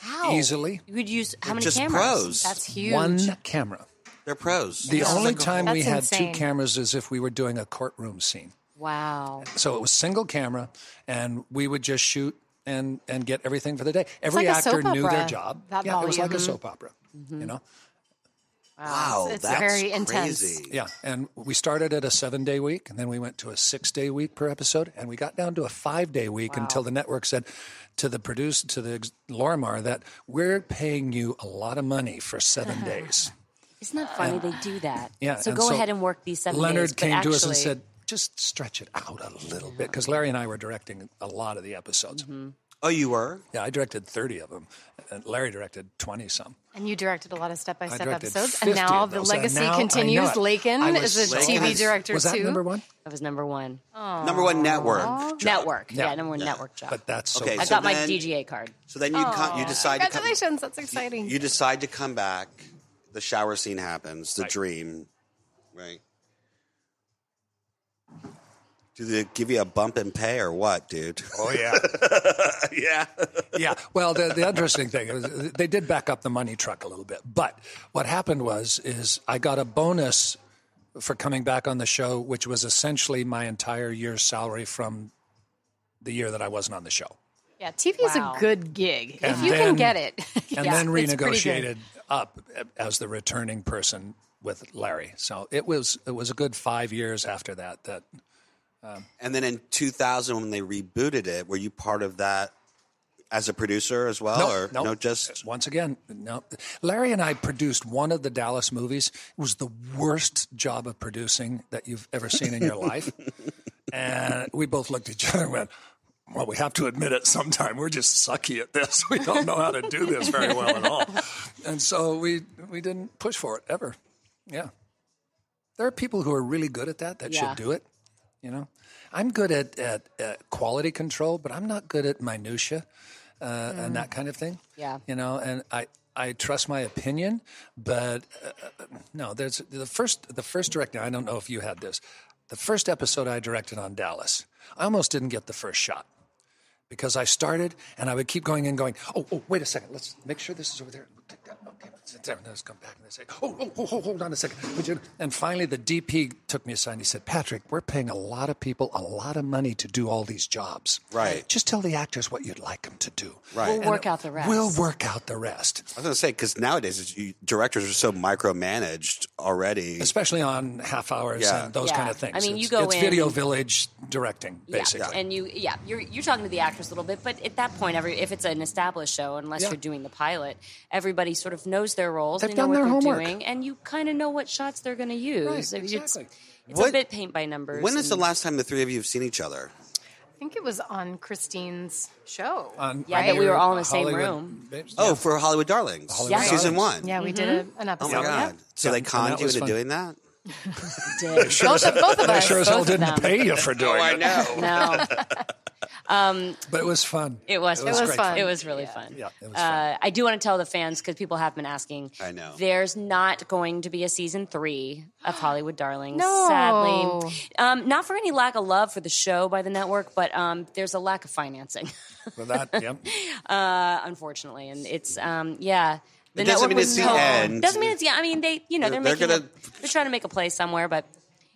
How?
easily.
You would use how many
just
cameras?
pros.
That's huge.
One camera.
They're pros.
The only time we
That's
had
insane.
two cameras is if we were doing a courtroom scene.
Wow.
So it was single camera, and we would just shoot and and get everything for the day. Every
like a
actor
soap
knew
opera,
their job.
that
yeah, it was like a
volume. Mm-hmm.
soap opera. You know.
wow,
It's- it's
that's
very intense.
crazy.
Yeah, and we started at a seven day week, and then we went to a six day week per episode, and we got down to a five day week until the network said to the produce to the ex- Lorimar that we're paying you a lot of money for seven days.
Isn't that funny? They do that.
Yeah.
So go ahead and work these seven
Leonard
days, but
came to us and
actually-
said, just stretch it out a little bit because Larry and I were directing a lot of the episodes.
Oh, you were?
Yeah, I directed 30 of them, and Larry directed 20 some.
And you directed a lot of step by
I
step
directed
episodes,
50
and now
of
the
those, and
legacy
now I know
continues.
it.
Lakin
I
is
was
a
Lakin.
TV director
Was that
too.
number one?
That was number one.
Number one network. job.
Network. Yeah. number one network job.
But that's so
Okay,
I
so
got my
then-
DGA card.
So then you come, you decide to come.
Congratulations, that's exciting.
You decide to come back. The shower scene happens. The dream, right? Do they give you a bump in pay or what, dude?
Oh yeah,
yeah.
yeah. Well, the, the interesting thing is they did back up the money truck a little bit, but what happened was is I got a bonus for coming back on the show, which was essentially my entire year's salary from the year that I wasn't on the show.
Yeah, TV is
Wow.
a good gig if
And
you can
then-
get it.
and
Yeah,
then
it's pretty good.
renegotiated up as the returning person with Larry. So it was it was a good five years after that. That
And then in 2000, when they rebooted it, were you part of that as a producer as well? or no, just
Uh, once again, no. Larry and I produced one of the Dallas movies. It was the worst job of producing that you've ever seen in your life, and we both looked at each other and went. Well, we have to admit it sometime. We're just sucky at this. We don't know how to do this very well at all. And so we we didn't push for it ever. Yeah. There are people who are really good at that that
Yeah.
should do it. You know, I'm good at, at, at quality control, but I'm not good at minutia uh, and that kind of thing.
Yeah.
You know, and I, I trust my opinion, but uh, uh, no, there's the first the first directing. I don't know if you had this. The first episode I directed on Dallas, I almost didn't get the first shot because I started and I would keep going and going. Oh, oh, wait a second. Let's make sure this is over there. We'll take that. Okay, let's sit down. Let's come back and say, oh, oh, oh, oh, hold on a second. Would you? And finally, the DP took me aside and he said, Patrick, we're paying a lot of people a lot of money to do all these jobs.
Right.
Just tell the actors what you'd like them to do.
Right.
We'll
And
work out the rest.
We'll work out the rest,
I was going to say because nowadays it's, you, directors are so micromanaged already.
especially on half hours
Yeah.
and those
Yeah.
kind of things.
I mean, you
It's-
go
it's
in-
video village directing, basically.
Yeah. And you, yeah, you're you're talking to the actors a little bit, but at that point, every if it's an established show, unless
Yeah.
you're doing the pilot, everybody sort of knows their roles.
They've
they know
done
what
their
they're
homework.
doing, and you kind of know what shots they're going to use.
Right,
It's-
exactly.
It's,
What-
a bit paint by numbers.
when is the
and-
last time the three of you have seen each other?
I think it was on Christine's show.
On-
Yeah,
on
that we
your
were all in the same
Hollywood-
room.
Yeah.
Oh, for Hollywood Darlings,
Hollywood
Yeah.
season
Darlings.
one.
yeah, we did a, an
Oh
episode.
my
yeah.
god! So they
And- and that
conned you
was
into
fun.
doing that?
Did.
Both of, both of
I
us.
sure as hell
both of
didn't
them.
pay you for doing it.
Oh, know.
No, Um,
But it was fun.
it was.
It was
great fun.
It was really fun.
Yeah, it was
Uh, I do want to tell the fans because people have been asking.
I know.
There's not going to be a season three of Hollywood Darlings,
No.
sadly. Um, not for any lack of love for the show by the network, but um, there's a lack of financing,
Well, that, yep.
uh, unfortunately. And it's, um, yeah. The
It doesn't mean it's the
told-
end.
Doesn't mean it's yeah. I mean they, you know, they're,
They're
making.
gonna-
a- they're trying to make a play somewhere, but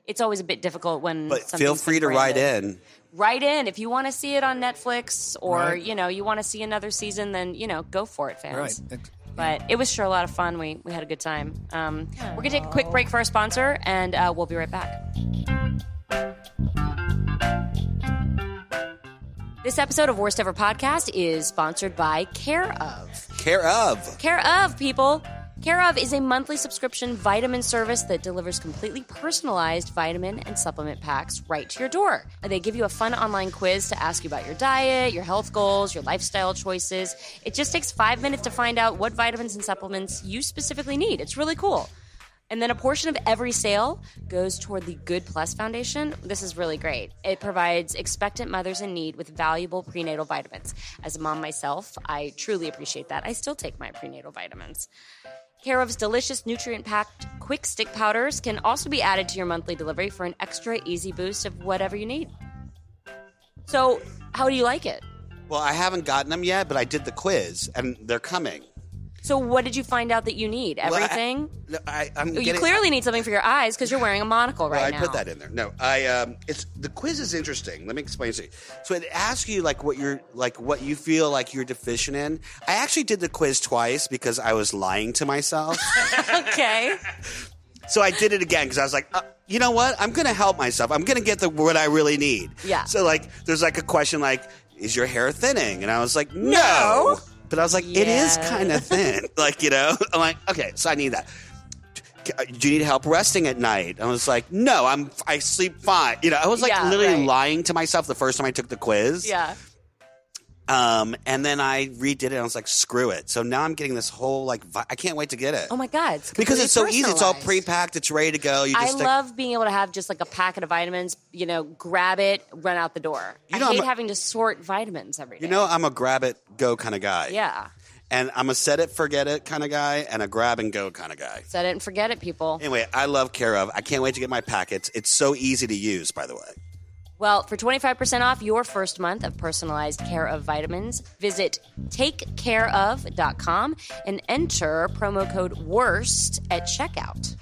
it's always a bit difficult when.
But feel
something's
free to write
branded
in.
right in. If you want to see it on Netflix or,
Right.
you know, you want to see another season, then, you know, go for it, fans.
Right. Ex-
But it was sure a lot of fun. We, we had a good time. Um, we're going to take a quick break for our sponsor, and uh, we'll be right back. This episode of Worst Ever Podcast is sponsored by Care of.
Care of.
Care of, people. Care of is a monthly subscription vitamin service that delivers completely personalized vitamin and supplement packs right to your door. They give you a fun online quiz to ask you about your diet, your health goals, your lifestyle choices. It just takes five minutes to find out what vitamins and supplements you specifically need. It's really cool. And then a portion of every sale goes toward the Good Plus Foundation. This is really great. It provides expectant mothers in need with valuable prenatal vitamins. As a mom myself, I truly appreciate that. I still take my prenatal vitamins. Care of's delicious nutrient packed quick stick powders can also be added to your monthly delivery for an extra easy boost of whatever you need. So, how do you like it?
Well, I haven't gotten them yet, but I did the quiz, and they're coming.
So, what did you find out that you need?
Well, I-
Everything? Oh,
no, I, am
you clearly need something for your eyes because you're wearing a monocle right
I
now.
put that in there. No, I um, it's the quiz is interesting. Let me explain to you. So it asks you like what you're like what you feel like you're deficient in. I actually did the quiz twice because I was lying to myself.
Okay.
so I did it again because I was like, uh, you know what? I'm gonna help myself. I'm gonna get the what I really need.
Yeah.
So like, there's like a question like, is your hair thinning? And I was like, no.
No.
But I was like, it is
Yeah.
kind of thin. like you know, I'm like, okay, so I need that. uh, Do you need help resting at night? I was like, no, I'm I sleep fine. You know, I was like
Yeah,
literally
right.
lying to myself the first time I took the quiz.
Yeah.
Um, and then I redid it. and I was like, screw it. So now I'm getting this whole like, vi- I can't wait to get it.
Oh my God. It's
because it's so
completely
easy. It's all
personalized.
pre-packed. It's ready to go. You just
I
take-
love being able to have just like a packet of vitamins, you know, grab it, run out the door.
You
I
know, I'm
hate
a-
having to sort vitamins every day.
You know, I'm a grab it go kind of guy.
yeah.
And I'm a set it forget it kind of guy and a grab and go kind of guy.
Set it and forget it, people.
Anyway, I love Care of. I can't wait to get my packets. It's so easy to use, by the way.
Well, for 25% off your first month of personalized care of vitamins, visit takecareof.com and enter promo code WORST at checkout.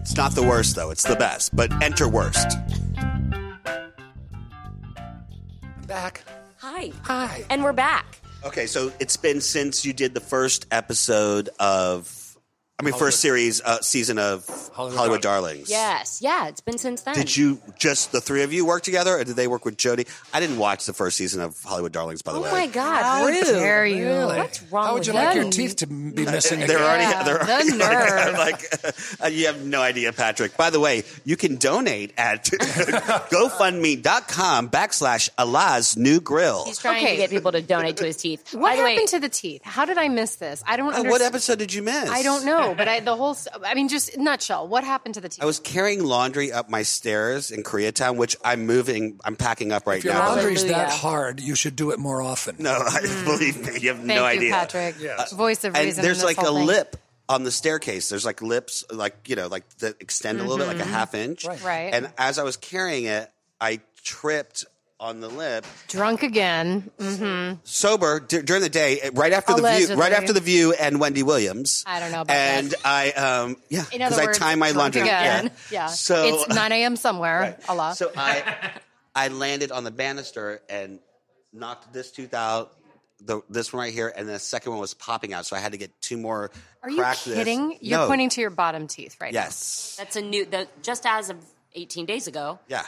It's not the worst though. It's the best. But enter worst.
back.
Hi.
Hi.
And we're back.
Okay, so it's been since you did the first episode of, I mean, first series uh, season of Hollywood,
Hollywood
Darlings.
Yes. Yeah, it's been since then.
Did you just the three of you work together, or did they work with Jody? I didn't watch the first season of Hollywood Darlings, by the
Oh
way.
my God,
How
rude.
dare you.
Really?
What's wrong
How would
with
you like your
them?
teeth to be missing?
They're
again?
already
Yeah,
they're
the
already like,
nerve.
like, uh, you have no idea, Patrick. By the way, you can donate at GoFundMe.com backslash Allah's New Grill.
He's trying to
Okay.
get people to donate to his teeth.
What
By the
happened
way,
to the teeth? How did I miss this? I don't
Uh,
understand.
What episode did you miss?
I don't know, but I, the whole, s- I mean, just nutshell, what happened to the teeth?
I was carrying laundry up my stairs in Koreatown, which I'm moving. I'm packing up right
If your
now. but-
laundry's that
Hallelujah.
hard, you should do it more often.
No, I, believe me, you have
Hmm. Thank
no
you,
idea.
Patrick.
Yes.
Voice of
and
reason. in
there's
this
like a
whole thing.
lip on the staircase. There's like lips, like you know, like that extend a little bit, like a half inch.
Mm-hmm. Right.
And as I was carrying it, I tripped on the lip.
Drunk again.
Sober d- during the day, eh, right after the view, right
Allegedly.
after the view, and Wendy Williams.
I don't know about
and
that.
I, um, yeah,
In
because
other
I
words,
time my
drunk
laundry.
again.
Yeah.
Yeah.
So
it's 9 a.m. somewhere. A lot.
So I, I landed on the banister and knocked this tooth out, the, this one right here, and the second one was popping out. So I had to get two more.
Are you
crack this.
kidding? You're
No.
pointing to your bottom teeth right
Yes.
that's a new. The, just as of 18 days ago,
Yeah.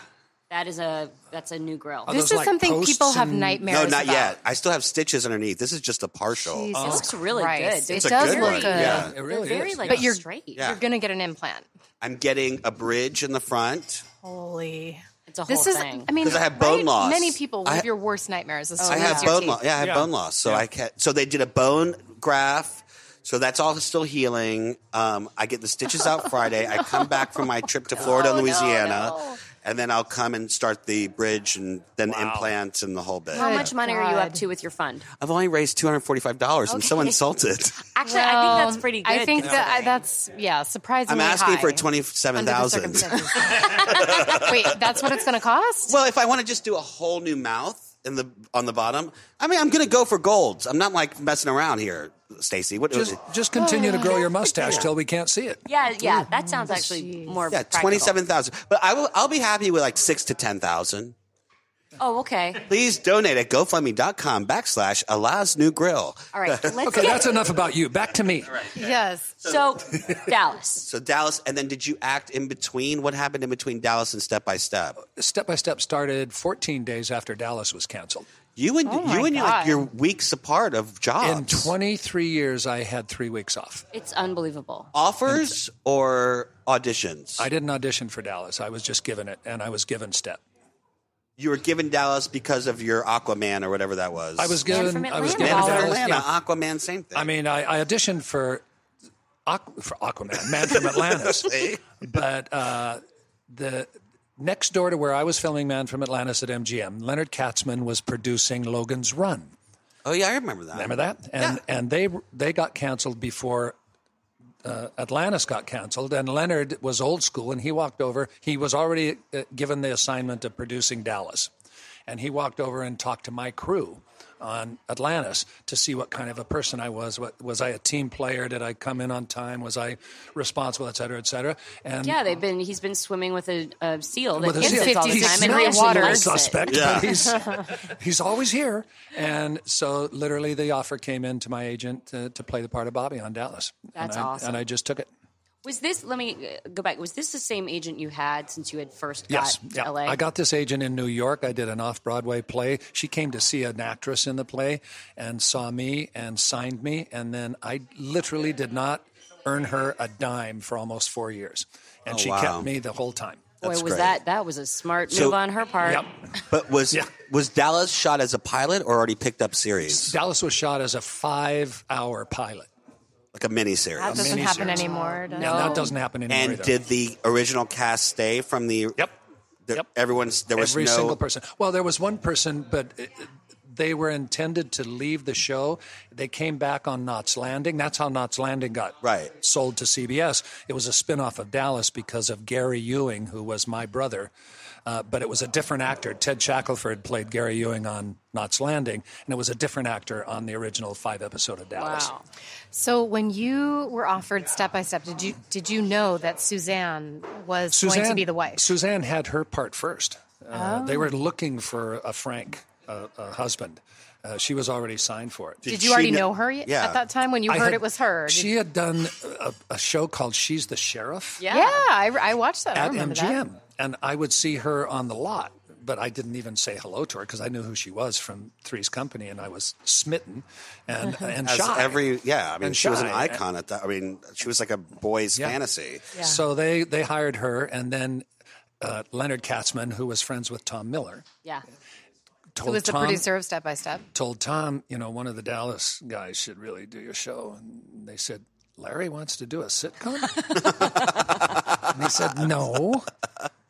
that is a that's a new grill.
now. This
Those,
is
like,
something
posts
people have
and-
nightmares
No, not
about.
yet. I still have stitches underneath. This is just a partial.
Jesus
It looks really
Christ.
good.
It
They're
does
good
very-
one.
look good.
Yeah.
It really
They're very
is.
like
But you're-
straight.
Yeah.
You're going to get an implant.
I'm getting a bridge in the front.
Holy.
It's a whole
This is,
thing.
I mean,
'Cause I have bone
right?
loss.
Many people, one
I-
of your worst nightmares is to
I
lose
have
your
bone
Oh, teeth.
loss. Yeah, I have
Yeah.
bone loss. So
Yeah.
I can So they did a bone graft. So that's all still healing. Um, I get the stitches out Friday. I come back from my trip to Florida
Oh,
and Louisiana, and then I'll come and start the bridge and then implants and the whole bit.
How much money are you up
God.
to with your fund?
I've only raised two hundred forty-five dollars. I'm so
Okay.
insulted.
Actually, I think that's pretty good.
I think that I-
considering.
that's yeah,
I'm
surprisingly.
asking
high
for twenty-seven
under the
thousand.
circumstances. Wait, that's what it's going to cost?
Well, if I want to just do a whole new mouth in the on the bottom, I mean, I'm going to go for golds. I'm not like messing around here, Stacy. What
Just, just continue
Oh,
to grow your mustache till we can't see it.
yeah, yeah, that sounds actually more.
Yeah,
practical.
twenty-seven thousand. But I will. I'll be happy with like six to ten thousand.
Oh, okay.
Please donate at GoFundMe.com backslash Allah's New Grill.
All right. Let's
Okay,
get
that's enough about you. Back to me.
yes.
so Dallas.
So Dallas, and then did you act in between? What happened in between Dallas and Step by Step?
Step by Step started 14 days after Dallas was canceled.
You and
my
you and your like
God.
your weeks apart of jobs.
In 23 years, I had three weeks off.
It's unbelievable.
offers or auditions?
I didn't audition for Dallas. I was just given it, and I was given Step.
you were given Dallas because of your Aquaman or whatever that was.
I was
from
given. I was
Atlanta,
given
Man
Dallas.
from
Dallas.
Atlanta,
yeah.
Aquaman, same thing.
I mean, I, I auditioned for, Aqu- for Aquaman, Man from Atlantis. but uh, the next door to where I was filming Man from Atlantis at MGM, Leonard Katzman was producing Logan's Run.
oh yeah, I remember that.
Remember that? And and they they got canceled before uh, Atlantis got canceled. And Leonard was old school, and he walked over. He was already uh, given the assignment of producing Dallas, and he walked over and talked to my crew on Atlantis to see what kind of a person I was. What was I a team player? Did I come in on time? Was I responsible, et cetera, et cetera? And
Yeah, they've been. He's been swimming with a, a seal that
with a
hits
seal.
it all the
He's
time and
not
really
actually
likes it.
suspect,
Yeah.
but he's he's always here. And so, literally, the offer came in to my agent to, to play the part of Bobby on Dallas.
That's
and I,
awesome.
And I just took it.
Was this? Let me uh, go back. Was this the same agent you had since you had first got
Yes,
to
yeah.
LA?
I got this agent in New York. I did an off Broadway play. She came to see an actress in the play and saw me and signed me. And then I literally did not earn her a dime for almost four years, and she
Oh, wow.
kept me the whole time.
Boy,
That's
was
great.
that that was a smart
So-
move on her part.
Yep.
But was
Yeah.
was Dallas shot as a pilot or already picked up series
Dallas was shot as a five-hour pilot.
like a miniseries?
That doesn't happen
miniseries.
anymore. does
Yeah,
it?
that doesn't happen anymore.
and
either.
did the original cast stay from the?
Yep.
The,
Yep.
Everyone's there was
every
no
single person? Well, there was one person, but uh, they were intended to leave the show. They came back on Knots Landing. That's how Knots Landing got
Right.
sold to CBS. It was a spinoff of Dallas because of Gary Ewing, who was my brother. Uh, but it was a different actor. Ted Shackelford played Gary Ewing on Knots Landing, and it was a different actor on the original five episode of Dallas.
Wow.
So when you were offered step by step, did you did you know that Suzanne was going to be the wife? Oh.
Suzanne had her part first. Uh, They were looking for a Frank. a, a husband. Uh, she was already signed for it.
Did you
she
already
kn-
know her yet
Yeah.
at that time when you
I
heard
had-
it was her? Did-
She had done a, a show called She's the Sheriff
yeah, I, I watched that. I
at
remember
MGM,
that.
and I would see her on the lot, but I didn't even say hello to her because I knew who she was from Three's Company, and I was smitten and and
As
shy.
every yeah, I mean,
And
she was an
shy.
icon at that. I mean, she was like a boy's
Yeah.
fantasy.
So they they hired her, and then uh, Leonard Katzman, who was friends with Tom Miller,
Yeah.
told
Who was the
Tom
producer of Step by Step?
told Tom, you know, one of the Dallas guys should really do your show, and they said. Larry wants to do a sitcom? and he said, No.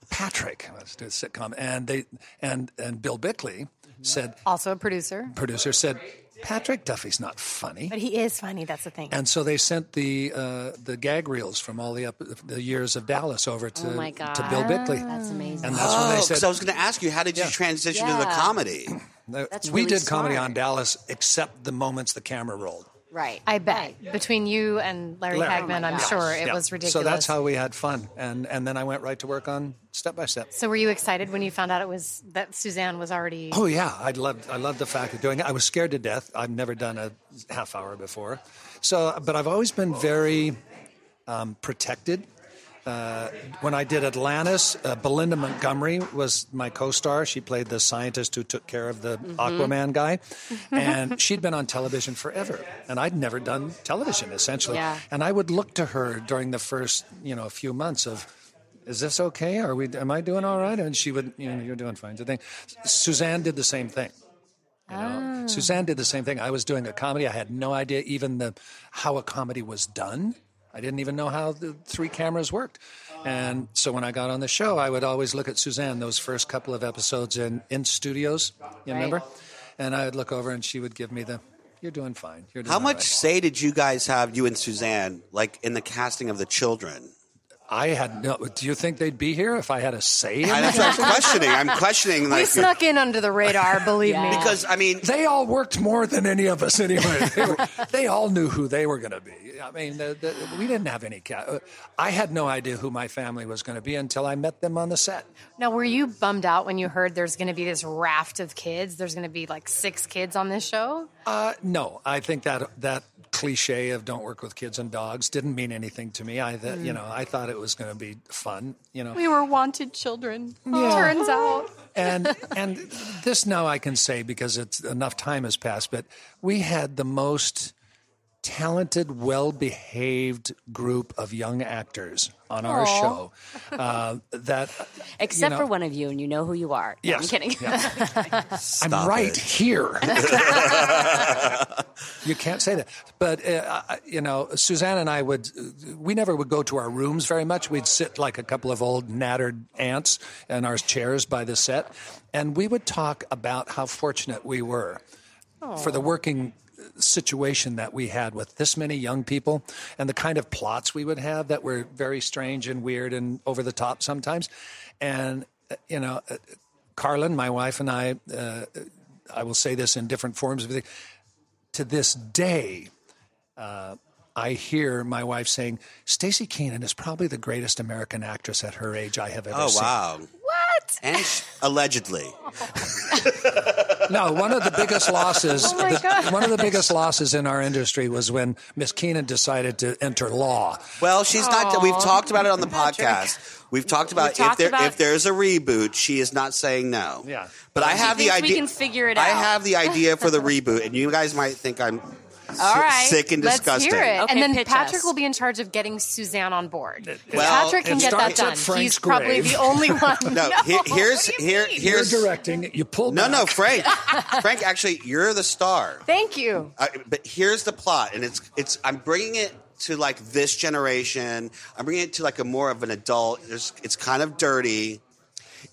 Patrick wants to do a sitcom. And they and and Bill Bickley said,
Also a producer,
producer said, Patrick Duffy's not funny.
but he is funny. That's the thing.
And so they sent the uh, the gag reels from all the up, the years of Dallas over to,
Oh my
to Bill
God.
Bickley.
That's amazing.
And that's when they said,
Because Oh, I was going to ask you, how did you transition to the
Yeah.
comedy?
That's
we
really
did comedy
smart.
on Dallas except the moments the camera rolled.
Right.
Mm. I bet between you and Larry,
Larry.
Hagman,
Oh my
I'm
gosh.
sure it
Yeah.
was ridiculous.
So that's how we had fun. And, and then I went right to work on Step by Step.
So were you excited when you found out it was that Suzanne was already?
Oh yeah, I loved I loved the fact of doing it. I was scared to death. I've never done a half hour before, so but I've always been very um, protected. Uh, when I did Atlantis, uh, Belinda Montgomery was my co-star. She played the scientist who took care of the Aquaman guy, and she'd been on television forever, and I'd never done television essentially.
Yeah.
And I would look to her during the first you know few months of is this okay? Are we? Am I doing all right? And she would, you know, you're doing fine. The thing, Suzanne did the same thing. You know, Suzanne did the same thing. I was doing a comedy. I had no idea even the how a comedy was done. I didn't even know how the three cameras worked. And so when I got on the show, I would always look at Suzanne those first couple of episodes in in studios. You remember? And I would look over, and she would give me the, "You're doing fine. You're doing
How
all
much
right."
say did you guys have, you and Suzanne, like in the casting of the children?
I had no. Do you think they'd be here if I had a say? in
I,
it?
that's what I'm questioning. I'm questioning
We
like
snuck in under the radar, believe me.
because I mean,
they all worked more than any of us anyway. They, were, they all knew who they were going to be. I mean, the, the, we didn't have any. Ca- uh, I had no idea who my family was going to be until I met them on the set.
Now, were you bummed out when you heard there's going to be this raft of kids? There's going to be like six kids on this show.
Uh, no, I think that that cliche of "don't work with kids and dogs" didn't mean anything to me. I, th- you know, I thought it was going to be fun. You know,
We were wanted children. Turns out,
and and this now I can say because it's enough time has passed, but we had the most talented, well-behaved group of young actors on our show. Uh, that
Except
you know-
for one of you, and you know who you are. No, I'm
Yes.
kidding.
I'm right here. you can't say that. But, uh, I- you know, Suzanne and I would, we never would go to our rooms very much. We'd sit like a couple of old nattered ants in our chairs by the set. And we would talk about how fortunate we were for the working situation that we had with this many young people and the kind of plots we would have that were very strange and weird and over the top sometimes. And, uh, you know, uh, Carlin, my wife, and I, uh, I will say this in different forms of the- to this day, uh, I hear my wife saying, Stacey Keenan is probably the greatest American actress at her age I have ever
oh
seen.
wow,
what?
and sh- allegedly,
No, one of the biggest losses.
my
the-
gosh.
one of the biggest losses in our industry was when Miss Keenan decided to enter law.
well, she's not. We've talked about it on the podcast. We've talked about if
talked
there
about-
if there's a reboot, she is not saying no.
Yeah.
but I have the
thinks we
idea.
can figure it
I
out.
have the idea for the reboot, and you guys might think I'm si-
right.
sick and
Let's
disgusting.
hear it.
Okay,
and then
pitch
Patrick
us.
will be in charge of getting Suzanne on board.
Well,
Patrick can
it
get that
starts at
done.
Frank's
He's probably
grave.
the only one.
No, he- here's
what do you
here
mean?
here's
You're directing. You pull.
no
back.
no Frank Frank actually you're the star.
Thank you.
I, but here's the plot, and it's it's I'm bringing it to like this generation. I'm bringing it to like a more of an adult. There's, it's kind of dirty.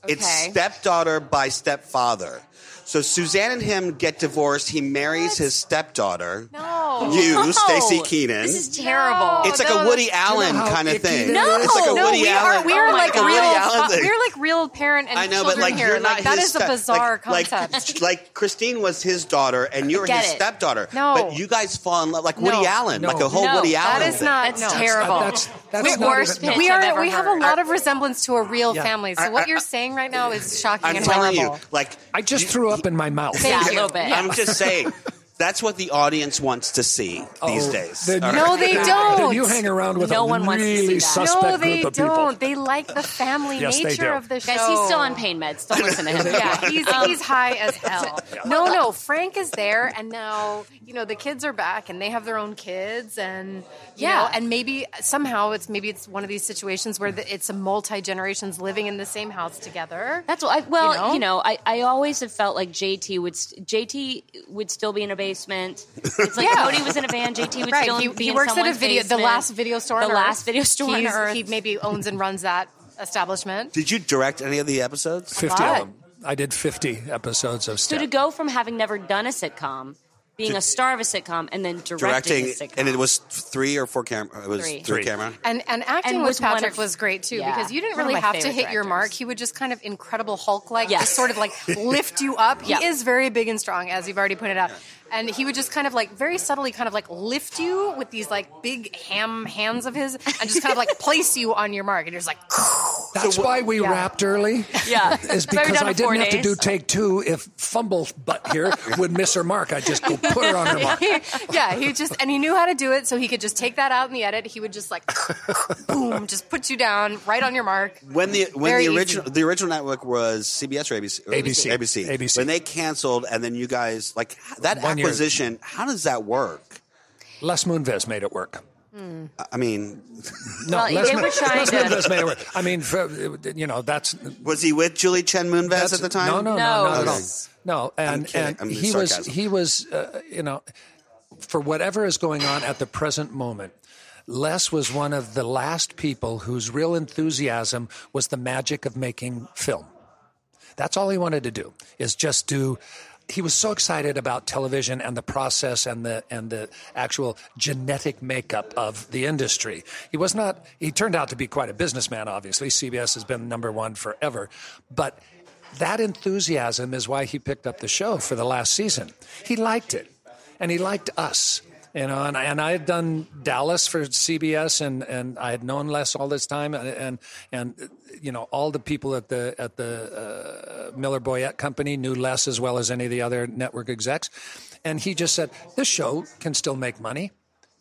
It's
Okay.
stepdaughter by stepfather. So Suzanne and him get divorced. He marries his stepdaughter.
No.
you, Stacy
No.
Keenan.
This is terrible.
it's like a Woody Allen
how
kind
kind
icky
of thing.
that
it's like a
no,
Woody
we
Allen.
are we are
Oh my
like
God.
real
Woody Allen
fa-
thing.
we're like real parent and
I know,
children
but like
here.
you're not
like that
his
is a
step-
bizarre
like,
concept.
Like, like Christine was his daughter, and you're
Get
his
it.
stepdaughter.
No.
but you guys fall in love like Woody
No.
Allen,
No.
like a whole
No,
Woody
that
Allen.
is
thing.
not-
That's
no,
terrible.
that's- that's
We're
not
worst
even-
pitch
we
I've
are
ever
we have
heard.
a lot of resemblance to a real
Yeah.
family. So what you're saying right now is shocking
I'm
and
telling
horrible.
you, like
I just threw up in my mouth.
yeah,
Thank
a
you.
little bit.
I'm just saying, that's what the audience wants to see these
Oh,
days.
then
All
you-
right.
No, they
then
don't.
you hang around with
No
a
one wants to see
really
that.
suspect
no, they
group of people.
don't. They like the family
Yes, they
nature
do.
of the show.
Guys, he's still on Um, pain meds. Don't listen to him.
Yeah, he's, he's high as hell. No, no, Frank is there, and now you know the kids are back, and they have their own kids, and yeah,
Yeah.
and maybe somehow it's maybe it's one of these situations where the, it's a multi generations living in the same house together.
That's what I, well, you
You
know,
know?
I, I always have felt like JT would st- JT would still be in a basement. It's like
Yeah.
Cody was in a van, JT would
Right,
still
he,
be
he
in
works at a
someone's
video, the
basement.
last video store, on
the
Earth.
last video store on
He's-
Earth.
He maybe owns and runs that establishment.
Did you direct any of the episodes?
50 of
lot.
them. I did 50 episodes of
so
Step.
to go from having never done a sitcom, being a star of a sitcom, and then directing, a
Directing,
sitcom,
and it was three or four camera. It was
Three.
three,
Three.
camera.
And and acting
And
with
was one
Patrick
of-
was great too
yeah.
because you didn't
One of
really
my
have to hit
favorite
your
directors.
mark. He would just kind of incredible Hulk like
Yes.
just sort of like lift you up.
Yeah.
He is very big and strong as you've already pointed out. And he would just kind of like very subtly kind of like lift you with these like big ham hands of his and just kind of like place you on your mark and you're just like
That's why we
yeah.
wrapped early.
Yeah.
Is
That's why we're
because
down
I
to four
didn't have to
days.
do take two if fumble butt here would miss her mark. I'd just go put her on her mark.
yeah, he just and he knew how to do it so he could just take that out in the edit. He would just like boom, just put you down right on your mark.
When the when
Very
the
easy.
original the original network was CBS or ABC?
ABC.
ABC.
ABC.
When they canceled, and then you guys like that
One year.
acquisition. How does that work?
Les Moonves made it work.
I mean,
No,
Well,
Les,
they were trying
Les
to-
Moonves made it work. I mean, for, you know, that's
was he with Julie Chen Moonves
That's-
at the time?
No, no,
No.
no, not at all.
Okay.
No,
I'm
and
kidding.
and
I'm
he was
sarcasm.
he was uh, you know for whatever is going on at the present moment. Les was one of the last people whose real enthusiasm was the magic of making film. That's all he wanted to do is just do. He was so excited about television and the process and the and the actual genetic makeup of the industry. He was not. He turned out to be quite a businessman. Obviously, CBS has been number one forever, but that enthusiasm is why he picked up the show for the last season. He liked it, and he liked us. You know, and, I- and I had done Dallas for CBS, and, and I had known Les all this time, and, and and you know all the people at the at the uh, Miller Boyette Company knew less as well as any of the other network execs. And he just said, This show can still make money.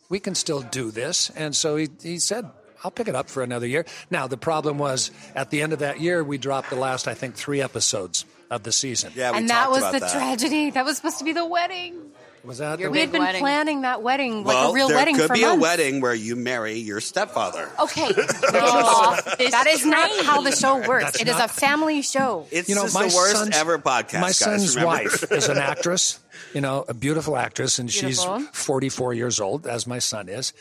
We can still do this. And so he, he said, I'll pick it up for another year. Now, the problem was at the end of that year, we dropped the last, I think, three episodes of the season.
Yeah, we
and that
talked
was
about
the
that.
tragedy. That was supposed to be the wedding.
Was that
We had
big
been
wedding.
planning that wedding, like
well,
a real
there
wedding
could
for
be
months. Oh.
a wedding where you marry your stepfather.
okay, get off this
That is not
train.
how the show works. It is
not-
a family show.
It's
you know,
just
my
the worst
son's-
ever podcast.
My
guys,
son's
remember?
wife is an actress, you know, a beautiful actress, and
Beautiful.
she's 44 years old, as my son is.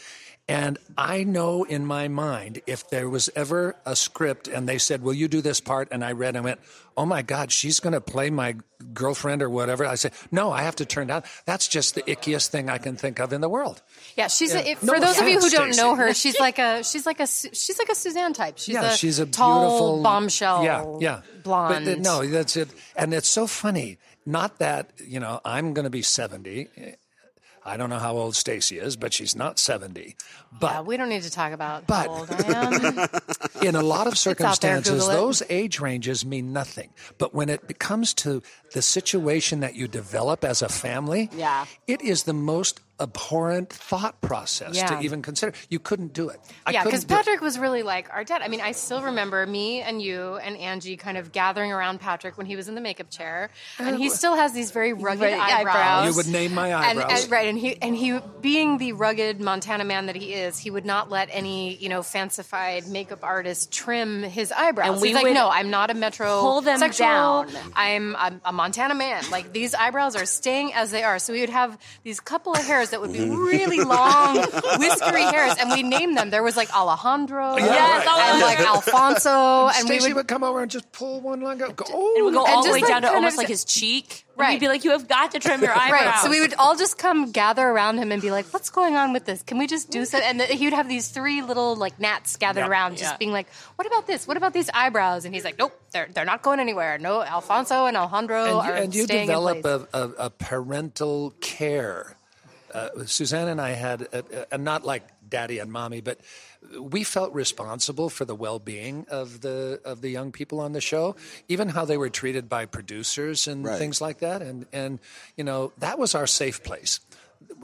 And I know in my mind if there was ever a script and they said, Will you do this part? And I read and went, Oh my God, she's going to play my girlfriend or whatever. I said, No, I have to turn down. That's just the ickiest thing I can think of in the world.
Yeah, she's a,
Yeah.
if-
No
for those of you who
offense,
don't know
Stacey.
her, she's like a she's like a Su- she's like a Suzanne type. She's
yeah,
a
she's a
tall
beautiful
bombshell.
Yeah, yeah,
blonde.
But, uh, no, that's it. And it's so funny. Not that you know, I'm going to be seventy. I don't know how old Stacy is, but she's not seventy.
Yeah,
But
we don't need to talk about
But-
how old I am.
in a lot of
out there,
circumstances,
Google it.
those age ranges mean nothing. But when it comes to the situation that you develop as a family,
Yeah.
it is the most abhorrent thought process
Yeah.
to even consider. You couldn't do it. I
yeah,
couldn't
because
do it.
Patrick was really like our dad. I mean, I still remember me and you and Angie kind of gathering around Patrick when he was in the makeup chair, and he still has these very rugged
Oh. Right,
eyebrows.
eyebrows.
You would name my
And-
eyebrows.
and- right, and he and he being the rugged Montana man that he is, he would not let any you know fancified makeup artist trim his eyebrows.
And we
He's like,
would
no, I'm not a metro
pull them
sexual.
down."
I'm a, a Montana man. Like these eyebrows are staying as they are. So we would have these couple of hairs that would be
Mm-hmm.
really long, whiskery hairs, and we named them. There was like Alejandro,
Yes, Oh, right.
and like Alfonso, and we
Stacy
would
would, come over and just pull one leg out. Go, oh,
It would go
And
all the
just
way
like
down to
kind
almost
of-
like his cheek.
Right.
And we'd be like, you have got to trim your eyebrows.
Right. So we would all just come gather around him and be like, "What's going on with this? Can we just do something?" And th- he would have these three little like gnats gathered around, just
Yeah.
being like, "What about this? What about these eyebrows?" And he's like, "Nope, they're they're not going anywhere. No, Alfonso and Alejandro
and, you-
are
and you
staying in
develop
place."
a, a, a parental care. Uh, Suzanne and I had, a, a, and not like daddy and mommy, but we felt responsible for the well-being of the of the young people on the show, even how they were treated by producers and things like that. And and you know that was our safe place.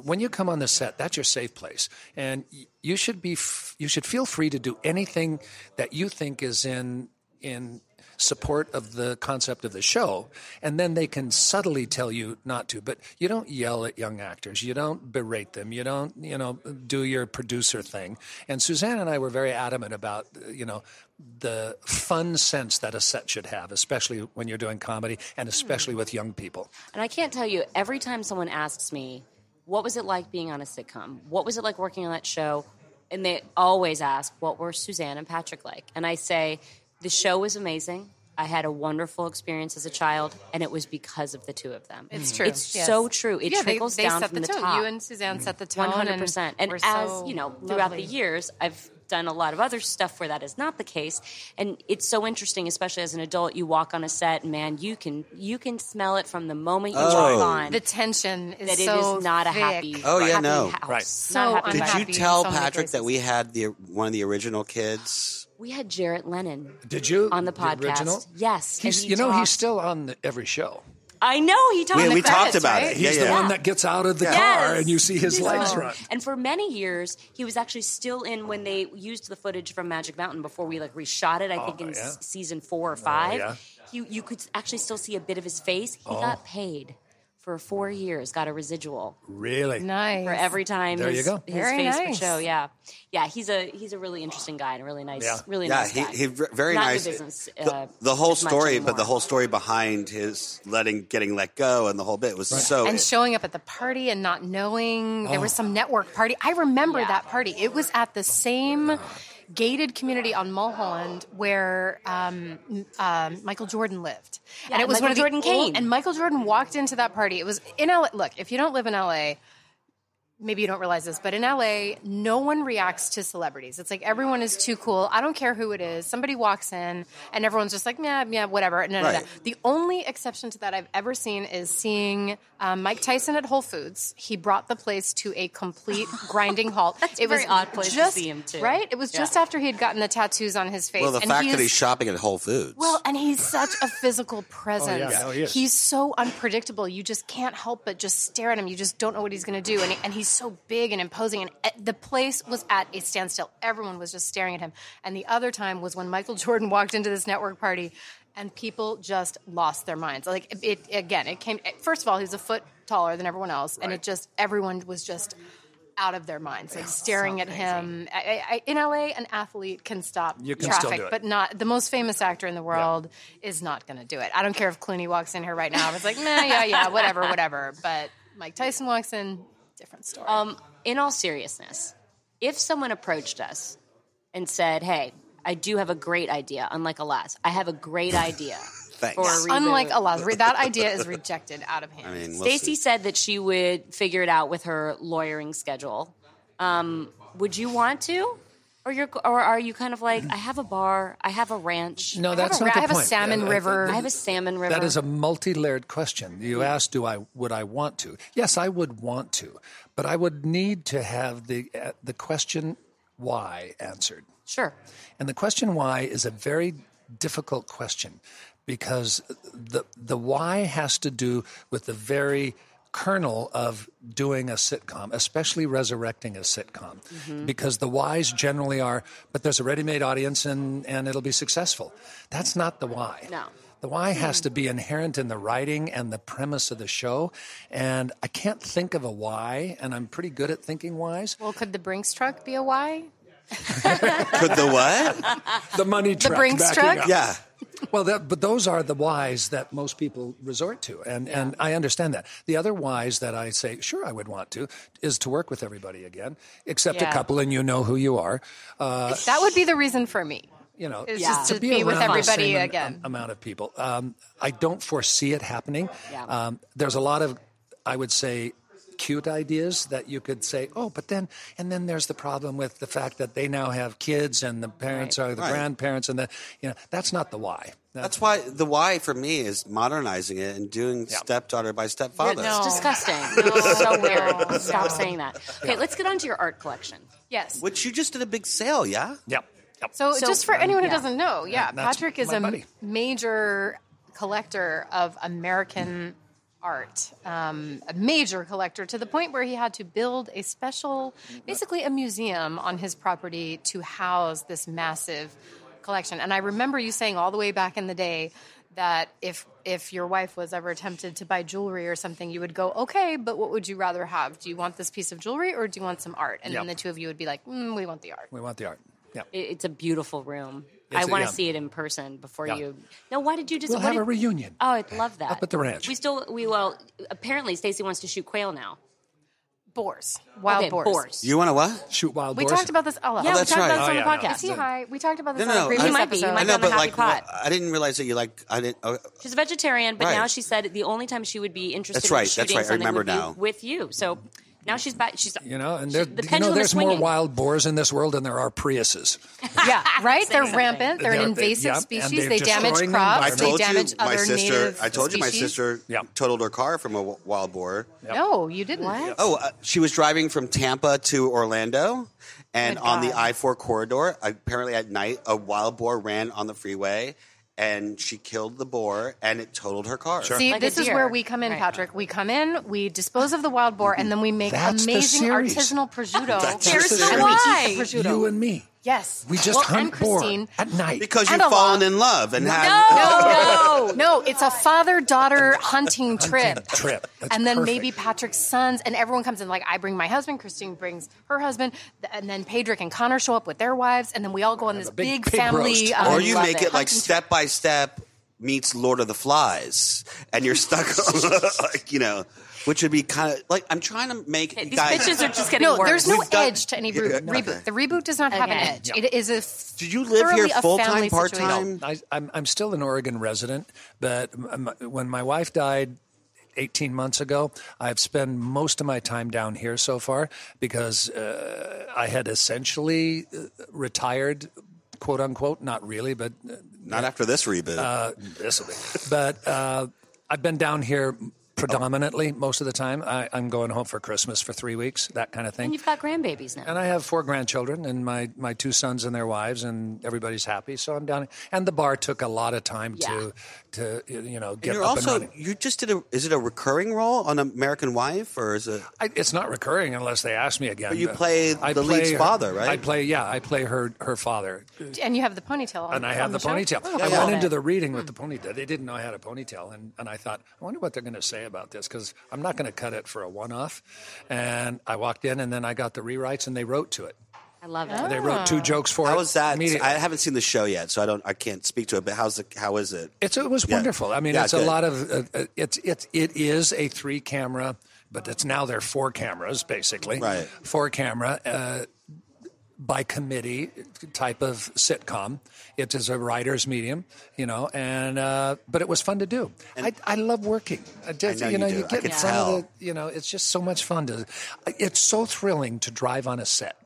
When you come on the set, that's your safe place, and y- you should be f- you should feel free to do anything that you think is in in support of the concept of the show, and then they can subtly tell you not to. But you don't yell at young actors, you don't berate them, you don't, you know, do your producer thing. And Suzanne and I were very adamant about, uh, you know, the fun sense that a set should have, especially when you're doing comedy and especially with young people.
And I can't tell you, every time someone asks me, what was it like being on a sitcom? What was it like working on that show? And they always ask, what were Suzanne and Patrick like? And I say, the show was amazing. I had a wonderful experience as a child, and it was because of the two of them.
It's true.
Mm. It's
Yes.
so true. It
yeah, they,
trickles
they
down
set
from
the,
the,
tone.
top.
You and Suzanne set the tone.
One hundred percent. And
we're
as
so
you know, throughout
lovely.
the years, I've done a lot of other stuff where that is not the case, and it's so interesting, especially as an adult. You walk on a set, and man, you can you can smell it from the moment you walk on
the tension is
that it is
so
not a
thick.
happy.
Oh, yeah,
happy
no.
house.
Right.
Not
So
a happy house.
Did you
unhappy in
tell
so many
Patrick that
places.
we had the one of the original kids?
We had Jarrett Lennon.
Did you
on the podcast?
original?
Yes, and
he's,
he
you know
talked-
he's still on the, every show.
I know he talked.
We,
in the
we talked
credits,
about
right?
it. Yeah,
He's
yeah.
the one that gets out of the
Yes.
car and you see his
He's
legs
awesome.
run.
And for many years, he was actually still in when they used the footage from Magic Mountain before we like reshot it. I think in
Oh, yeah. Oh,
s- season four or five,
yeah. Oh.
he, you could actually still see a bit of his face. He got paid for four years, got a residual
Really?
nice
for every time
There you
his,
go.
his
Very
face would
nice.
show. Yeah, yeah. He's a he's a really interesting guy and a really nice,
Yeah.
really
Yeah,
nice
he,
guy.
he v- very
Not in the
nice.
business,
The-
uh,
the, whole
as much
story, but
anymore.
the whole story behind his letting, getting let go, and the whole bit was so.
and showing up at the party and not knowing there
Oh.
was some network party. I remember that party. It was at the same gated community on Mulholland where um, m- um, Michael Jordan lived, and it was
Michael
one of the
Jordan
old-
came.
And Michael Jordan walked into that party. It was in LA. Look, if you don't live in LA. Maybe you don't realize this, but in LA, no one reacts to celebrities. It's like everyone is too cool. I don't care who it is. Somebody walks in and everyone's just like, yeah, yeah, whatever. No, no, no.
Right.
The only exception to that I've ever seen is seeing um, Mike Tyson at Whole Foods. He brought the place to a complete grinding halt.
That's a
it was
very odd place to
just,
see him, too.
Right? It was just
Yeah.
after he had gotten the tattoos on his face.
well, the
and
fact
he
that
is-
he's shopping at Whole Foods.
well, and he's such a physical presence.
Oh, no, he is.
He's so unpredictable. You just can't help but just stare at him. You just don't know what he's going to do. And, he- and he's so big and imposing. And eh, the place was at a standstill. Everyone was just staring at him. And the other time was when Michael Jordan walked into this network party and people just lost their minds. Like, it, it again, it came, eh, first of all, he was a foot taller than everyone else. And it just, everyone was just out of their minds, like staring at him. I, I, I- in LA, an athlete can stop
You can
traffic,
still do it.
but not the most famous actor in the world is not going to do it. I don't care if Clooney walks in here right now. It's like, nah, yeah, yeah, whatever, whatever. But Mike Tyson walks in, different story.
in all seriousness, if someone approached us and said, "Hey, I do have a great idea," unlike Alas, I have a great idea for a
Thanks.
reboot.
Unlike Alaz, re- that idea is rejected out of hand.
I mean, we'll
Stacey
see.
said that she would figure it out with her lawyering schedule. Um, would you want to? Or you're, or are you kind of like I have a bar, I have a ranch,
No, that's
a
not
ra-
the
I have a
point.
salmon
Uh, uh,
river.
I have a salmon river.
That is a multi-layered question. You asked, "Do I would I want to?" Yes, I would want to, but I would need to have the uh, the question why answered.
sure.
And the question why is a very difficult question because the the why has to do with the very kernel of doing a sitcom, especially resurrecting a sitcom. Because the whys generally are, but there's a ready-made audience and, and it'll be successful. That's not the why.
No.
The why has to be inherent in the writing and the premise of the show. And I can't think of a why, and I'm pretty good at thinking whys.
well, could the Brinks truck be a why?
could the what?
The money truck.
Brinks
backing
truck?
up.
yeah.
Well, that, but those are the whys that most people resort to, and and I understand that. The other whys that I say, sure, I would want to, is to work with everybody again, except
Yeah.
a couple, and you know who you are. Uh,
That would be the reason for me.
you know,
It's just to be
around
with
the
everybody
same am-
again.
am- amount of people. Um, I don't foresee it happening.
Yeah.
Um, there's a lot of, I would say, cute ideas that you could say, oh, but then, and then there's the problem with the fact that they now have kids and the parents are the
Right.
grandparents and the, you know, that's not the why.
That's why the why for me is modernizing it and doing stepdaughter by stepfather.
It's disgusting. No, so weird. Stop saying that. Okay, let's get on to your art collection.
Yes.
Which you just did a big sale, yeah?
Yep. Yep.
So,
So-
just for anyone who
Yeah.
doesn't know, yeah,
that's
Patrick is
my
a
buddy.
major collector of American art, um, a major collector to the point where he had to build a special, basically a museum on his property to house this massive collection. And I remember you saying all the way back in the day that if if your wife was ever tempted to buy jewelry or something, you would go, okay, but what would you rather have? Do you want this piece of jewelry or do you want some art? And then the
Yep.
two of you would be like, mm, we want the art.
we want the art. Yeah.
It- It's a beautiful room.
It's
I
a-
want to
yeah.
see it in person before
Yeah.
you. No, why did you just?
We'll
what
have a
did-
reunion.
Oh, I'd love that.
Up at the ranch.
We still we will. Apparently, Stacy wants to shoot quail now.
Boars, wild
okay,
boars.
boars.
You want to what?
Shoot wild
We
boars.
talked about this. Oh,
yeah, we
that's
talked
right.
about this
Oh,
on
yeah,
the
no,
podcast.
Is he high? We talked about this
No,
on
no,
a
I-
previous
He
might be, he
episode.
might
I
be
know,
on the
but
happy
like,
pot.
what- I didn't realize that you like. I didn't. Uh,
She's a vegetarian, but
Right.
now she said the only time she would be interested
That's
in
right, that's
shooting
right, I
something
remember
would be
now.
with you. So now she's back. She's
you know, and
she-
there,
the
you know,
pendulum is
there's more
swinging.
wild boars in this world than there are Priuses.
yeah, right. They're
something.
rampant. They're,
They're-
an
they-
invasive
yeah, and
species.
they're
They damage
destroying the
crops.
I
environment.
They
told you
damage
my
other
sister.
native
I told you my
species.
sister
Yeah.
totaled her car from a w- wild boar.
No, you didn't.
Oh, uh, she was driving from Tampa to Orlando, and
Good
on the
God.
I four corridor, apparently at night, a wild boar ran on the freeway, and she killed the boar, and it totaled her car.
See,
Like a
this is
deer.
where we come in,
Right.
Patrick. We come in, we dispose of the wild boar, and then we make
That's the
amazing
series.
artisanal prosciutto.
There's
This
no
is
and we
why.
eat
why.
the prosciutto.
You and me.
yes,
We just
well, and
hunt boar
Christine.
at night.
Because
And
you've
a lot.
fallen in love and had
No, no, no! It's a father-daughter hunting trip.
trip. That's
and then
perfect.
maybe Patrick's sons, and everyone comes in. Like I bring my husband, Christine brings her husband, th- and then Patrick and Connor show up with their wives, and then we all go on this
a big
big,
pig
family.
roast.
um,
or you
love
make it like
hunting
step by step meets Lord of the Flies, and you're stuck, like, you know, which would be kind of like I'm trying to make
These
guys.
bitches are just getting
No,
worse.
there's no
We've done-
edge to any reboot.
Yeah, okay.
reboot. The reboot does not have an
Okay.
edge. It is a. f-
Did you live
thoroughly
here
a
full
family
time, part
situation.
time?
I, I'm, I'm still an Oregon resident, but m- m- when my wife died 18 months ago, I've spent most of my time down here so far because uh, I had essentially uh, retired, quote unquote, not really, but uh,
Not after this reboot.
this will be. But uh, I've been down here predominantly most of the time. I, I'm going home for Christmas for three weeks, that kind of thing.
and you've got grandbabies now.
And I have four grandchildren and my, my two sons and their wives, and everybody's happy. So I'm down. And the bar took a lot of time
Yeah.
to to you know get
you're
up
also
and running.
you just did a is it a recurring role on American Wife or is it
I, it's not recurring unless they ask me again.
But you play the lead's
her-
father, right?
I play yeah, I play her her father,
And you have the ponytail. On,
and I
on
have the,
show?
ponytail.
Oh,
I
love
went
it.
into the reading with the ponytail. They didn't know I had a ponytail, and, and I thought, I wonder what they're going to say about this because I'm not going to cut it for a one off. And I walked in, and then I got the rewrites, and they wrote to it.
I love it.
They wrote
Ah.
two jokes for it.
how was that?
immediately.
I haven't seen the show yet, so I don't I can't speak to it. But how's the how is it?
It's it was
Yeah.
wonderful. I mean,
Yeah,
it's
good.
a lot of uh, uh, it's it's it is a three camera, but it's now they're four cameras basically.
Right.
Four camera. Uh, by committee type of sitcom. It is a writer's medium, you know, and uh, but it was fun to do. I, I love working. I, just,
I know
you know,
you do.
you
I
get in
can
front
tell.
of the, you know, it's just so much fun to. It's so thrilling to drive on a set,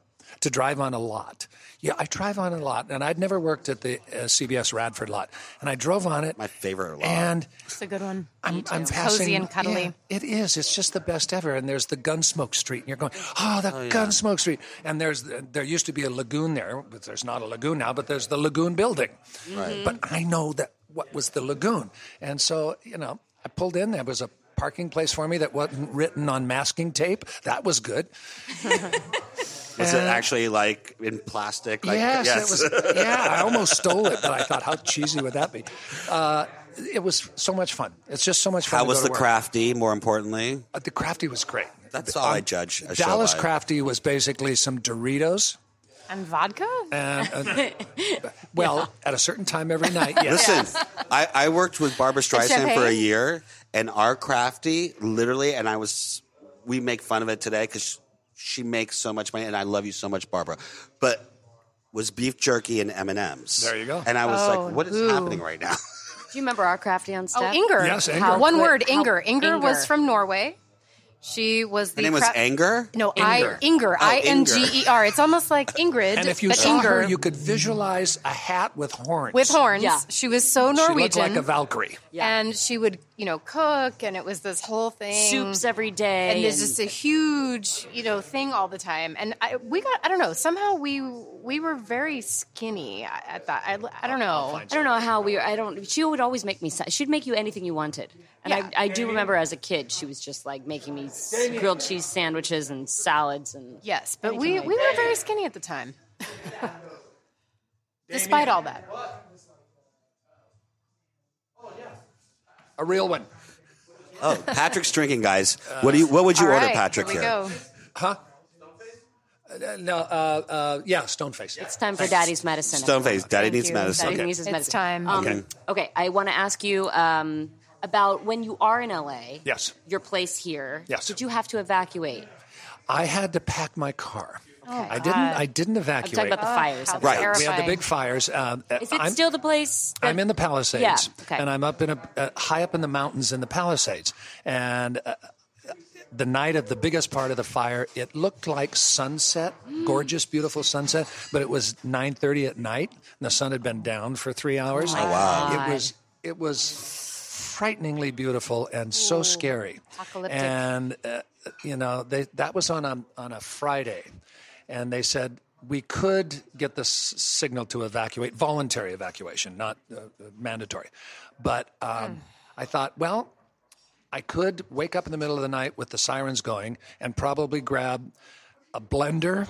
to drive on a lot. Yeah, I drive on a lot, and I'd never worked at the uh, CBS Radford lot, and I drove on it.
My favorite lot.
And
It's a good one.
I'm, I'm
too.
passing.
Cozy and cuddly.
yeah, it is. It's just the best ever. And there's the Gunsmoke Street, and you're going, oh, the Gunsmoke Street. And there's there used to be a lagoon there, but there's not a lagoon now. But there's the lagoon building. Right. But I know that what was the lagoon, and so you know, I pulled in. There was a parking place for me that wasn't written on masking tape. That was good.
Was it actually like in plastic? Like,
yes, It was, yeah, I almost stole it, but I thought, how cheesy would that be? Uh, it was so much fun. It's just so much fun.
How
to
was
go to
the
work.
crafty? More importantly,
Uh, the crafty was great.
That's all I judge a show
Dallas
by.
crafty was basically some Doritos,
And vodka?
Well, at a certain time every night, yes.
Listen, I, I worked with Barbara Streisand for a
champagne?
year, and our crafty, literally, and I was, we make fun of it today because she makes so much money, and I love you so much, Barbara, but was beef jerky and M and M's.
There you go.
And I was
Oh,
like, what is
ooh.
happening right now?
Do you remember our crafty on
Oh,
staff?
Inger.
Yes, Inger.
How- One
How-
word,
how-
Inger. Inger was
Inger.
from Norway. She was
Her
the
name was
cra-
anger.
No, I
Inger.
Inger.
Oh,
I N
Inger.
G E R. It's almost like Ingrid,
And if you
but
saw
Inger
her, you could visualize a hat with horns.
with horns.
Yeah.
She was so
She
Norwegian.
looked like a Valkyrie.
Yeah.
And she would, you know, cook, and it was this whole thing.
Soups every day.
and there's just a huge, you know, thing all the time. And I, we got, I don't know, somehow we we were very skinny at that. I, I don't know.
I don't know how we. I don't. She would always make me. sa- She'd make you anything you wanted, and
Yeah.
I, I do remember as a kid, she was just like making me s- grilled cheese sandwiches and salads and.
Yes, but we we were very skinny at the time. Despite all that,
A real one.
Oh, Patrick's drinking, guys.
Uh,
What do you? What would you
All
order,
right,
Patrick?
here we
here,
go.
Huh? Uh, no, uh, uh, yeah, Stoneface.
It's time for Daddy's medicine.
Stoneface. Daddy needs
you.
medicine.
Daddy
okay.
needs his
It's
medicine.
time.
Um,
Okay.
okay. I want to ask you um, about when you are in LA.
Yes.
Your place here.
Yes.
Did you have to evacuate?
I had to pack my car. I
God.
didn't. I didn't
Oh I'm
evacuate.
talking about the fires.
how
I'm sorry.
Right.
we had the
terrifying.
big fires. Um,
Is it
I'm-
still the place? that-
I'm in the Palisades,
Yeah, okay.
and I'm up in a uh, high up in the mountains in the Palisades, and. Uh, the night of the biggest part of the fire, it looked like sunset, gorgeous, beautiful sunset. But it was 9:30 at night, and the sun had been down for three hours. Oh wow! It was it was frighteningly beautiful and so scary.
apocalyptic.
And uh, you know, they, that was on a on a Friday, and they said we could get the s- signal to evacuate, voluntary evacuation, not uh, uh, mandatory. But um, I thought, well, I could wake up in the middle of the night with the sirens going and probably grab a blender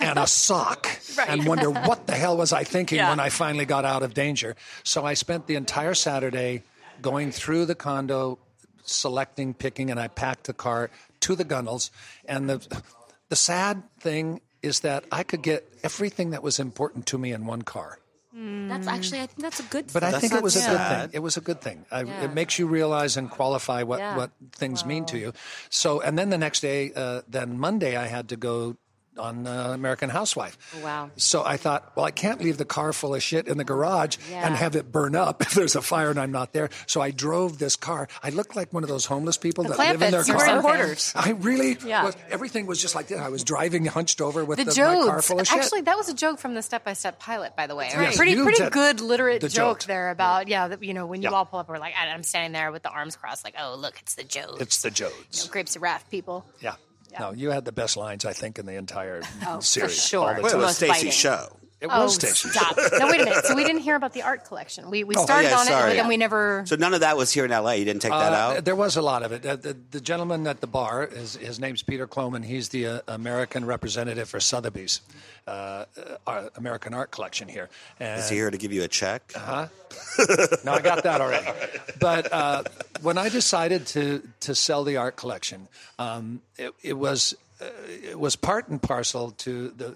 and a sock and wonder what the hell was I thinking when I finally got out of danger. So I spent the entire Saturday going through the condo, selecting, picking, and I packed the car to the gunnels. And the the sad thing is that I could get everything that was important to me in one car.
That's actually. I think that's a good.
But I
That's
think it
not
was a good
sad.
thing. It was a good thing. I,
Yeah.
It makes you realize and qualify what,
Yeah.
what things mean to you. So, and then the next day, uh, then Monday, I had to go on uh, American Housewife.
wow.
So I thought, well, I can't leave the car full of shit in the garage
Yeah.
and have it burn up if there's a fire and I'm not there. So I drove this car. I looked like one of those homeless people that live in their
Clampets, you were in
car.
quarters.
I really
Yeah.
was. Everything was just like that. I was driving hunched over with
The,
the, my car
jokes.
full of shit.
Actually, that was a joke from the Step by Step pilot, by the way.
right.
Pretty,
You
pretty
did
good literate
the
joke
joke.
there about yeah. that you know, when you
Yeah.
all pull up, we're like, I- I'm standing there with the arms crossed, like, oh look, it's the joke.
it's the Jodes.
Grapes of Wrath, people.
Yeah. No, you had the best lines, I think, in the entire series.
sure.
all the
Well, it
time.
was
Most
Stacy's
biting.
show.
It
Oh,
was Stacy.
stop! no, wait a minute. So we didn't hear about the art collection. We we started
yeah,
on it,
sorry.
but then we never.
So none of that was here in L.A. You didn't take that out.
Uh, There was a lot of it. Uh, the, the gentleman at the bar, his, his name's Peter Cloman. He's the uh, American representative for Sotheby's uh, uh, our American Art Collection here. And
Is he here to give you a check?
Uh-huh. No, I got that already. But uh, when I decided to to sell the art collection, um, it, it was uh, it was part and parcel to the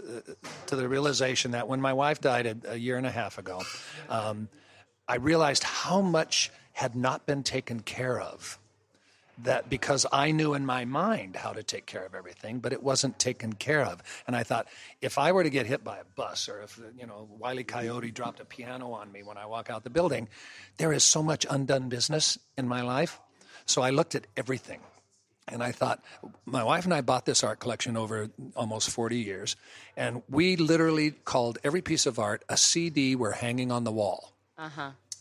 uh, to the realization that when my wife died a, a year and a half ago, um, I realized how much had not been taken care of. That because I knew in my mind how to take care of everything, but it wasn't taken care of. And I thought, if I were to get hit by a bus, or if you know Wiley Coyote dropped a piano on me when I walk out the building, there is so much undone business in my life. So I looked at everything, and I thought, my wife and I bought this art collection over almost 40 years, and we literally called every piece of art a CD we're hanging on the wall.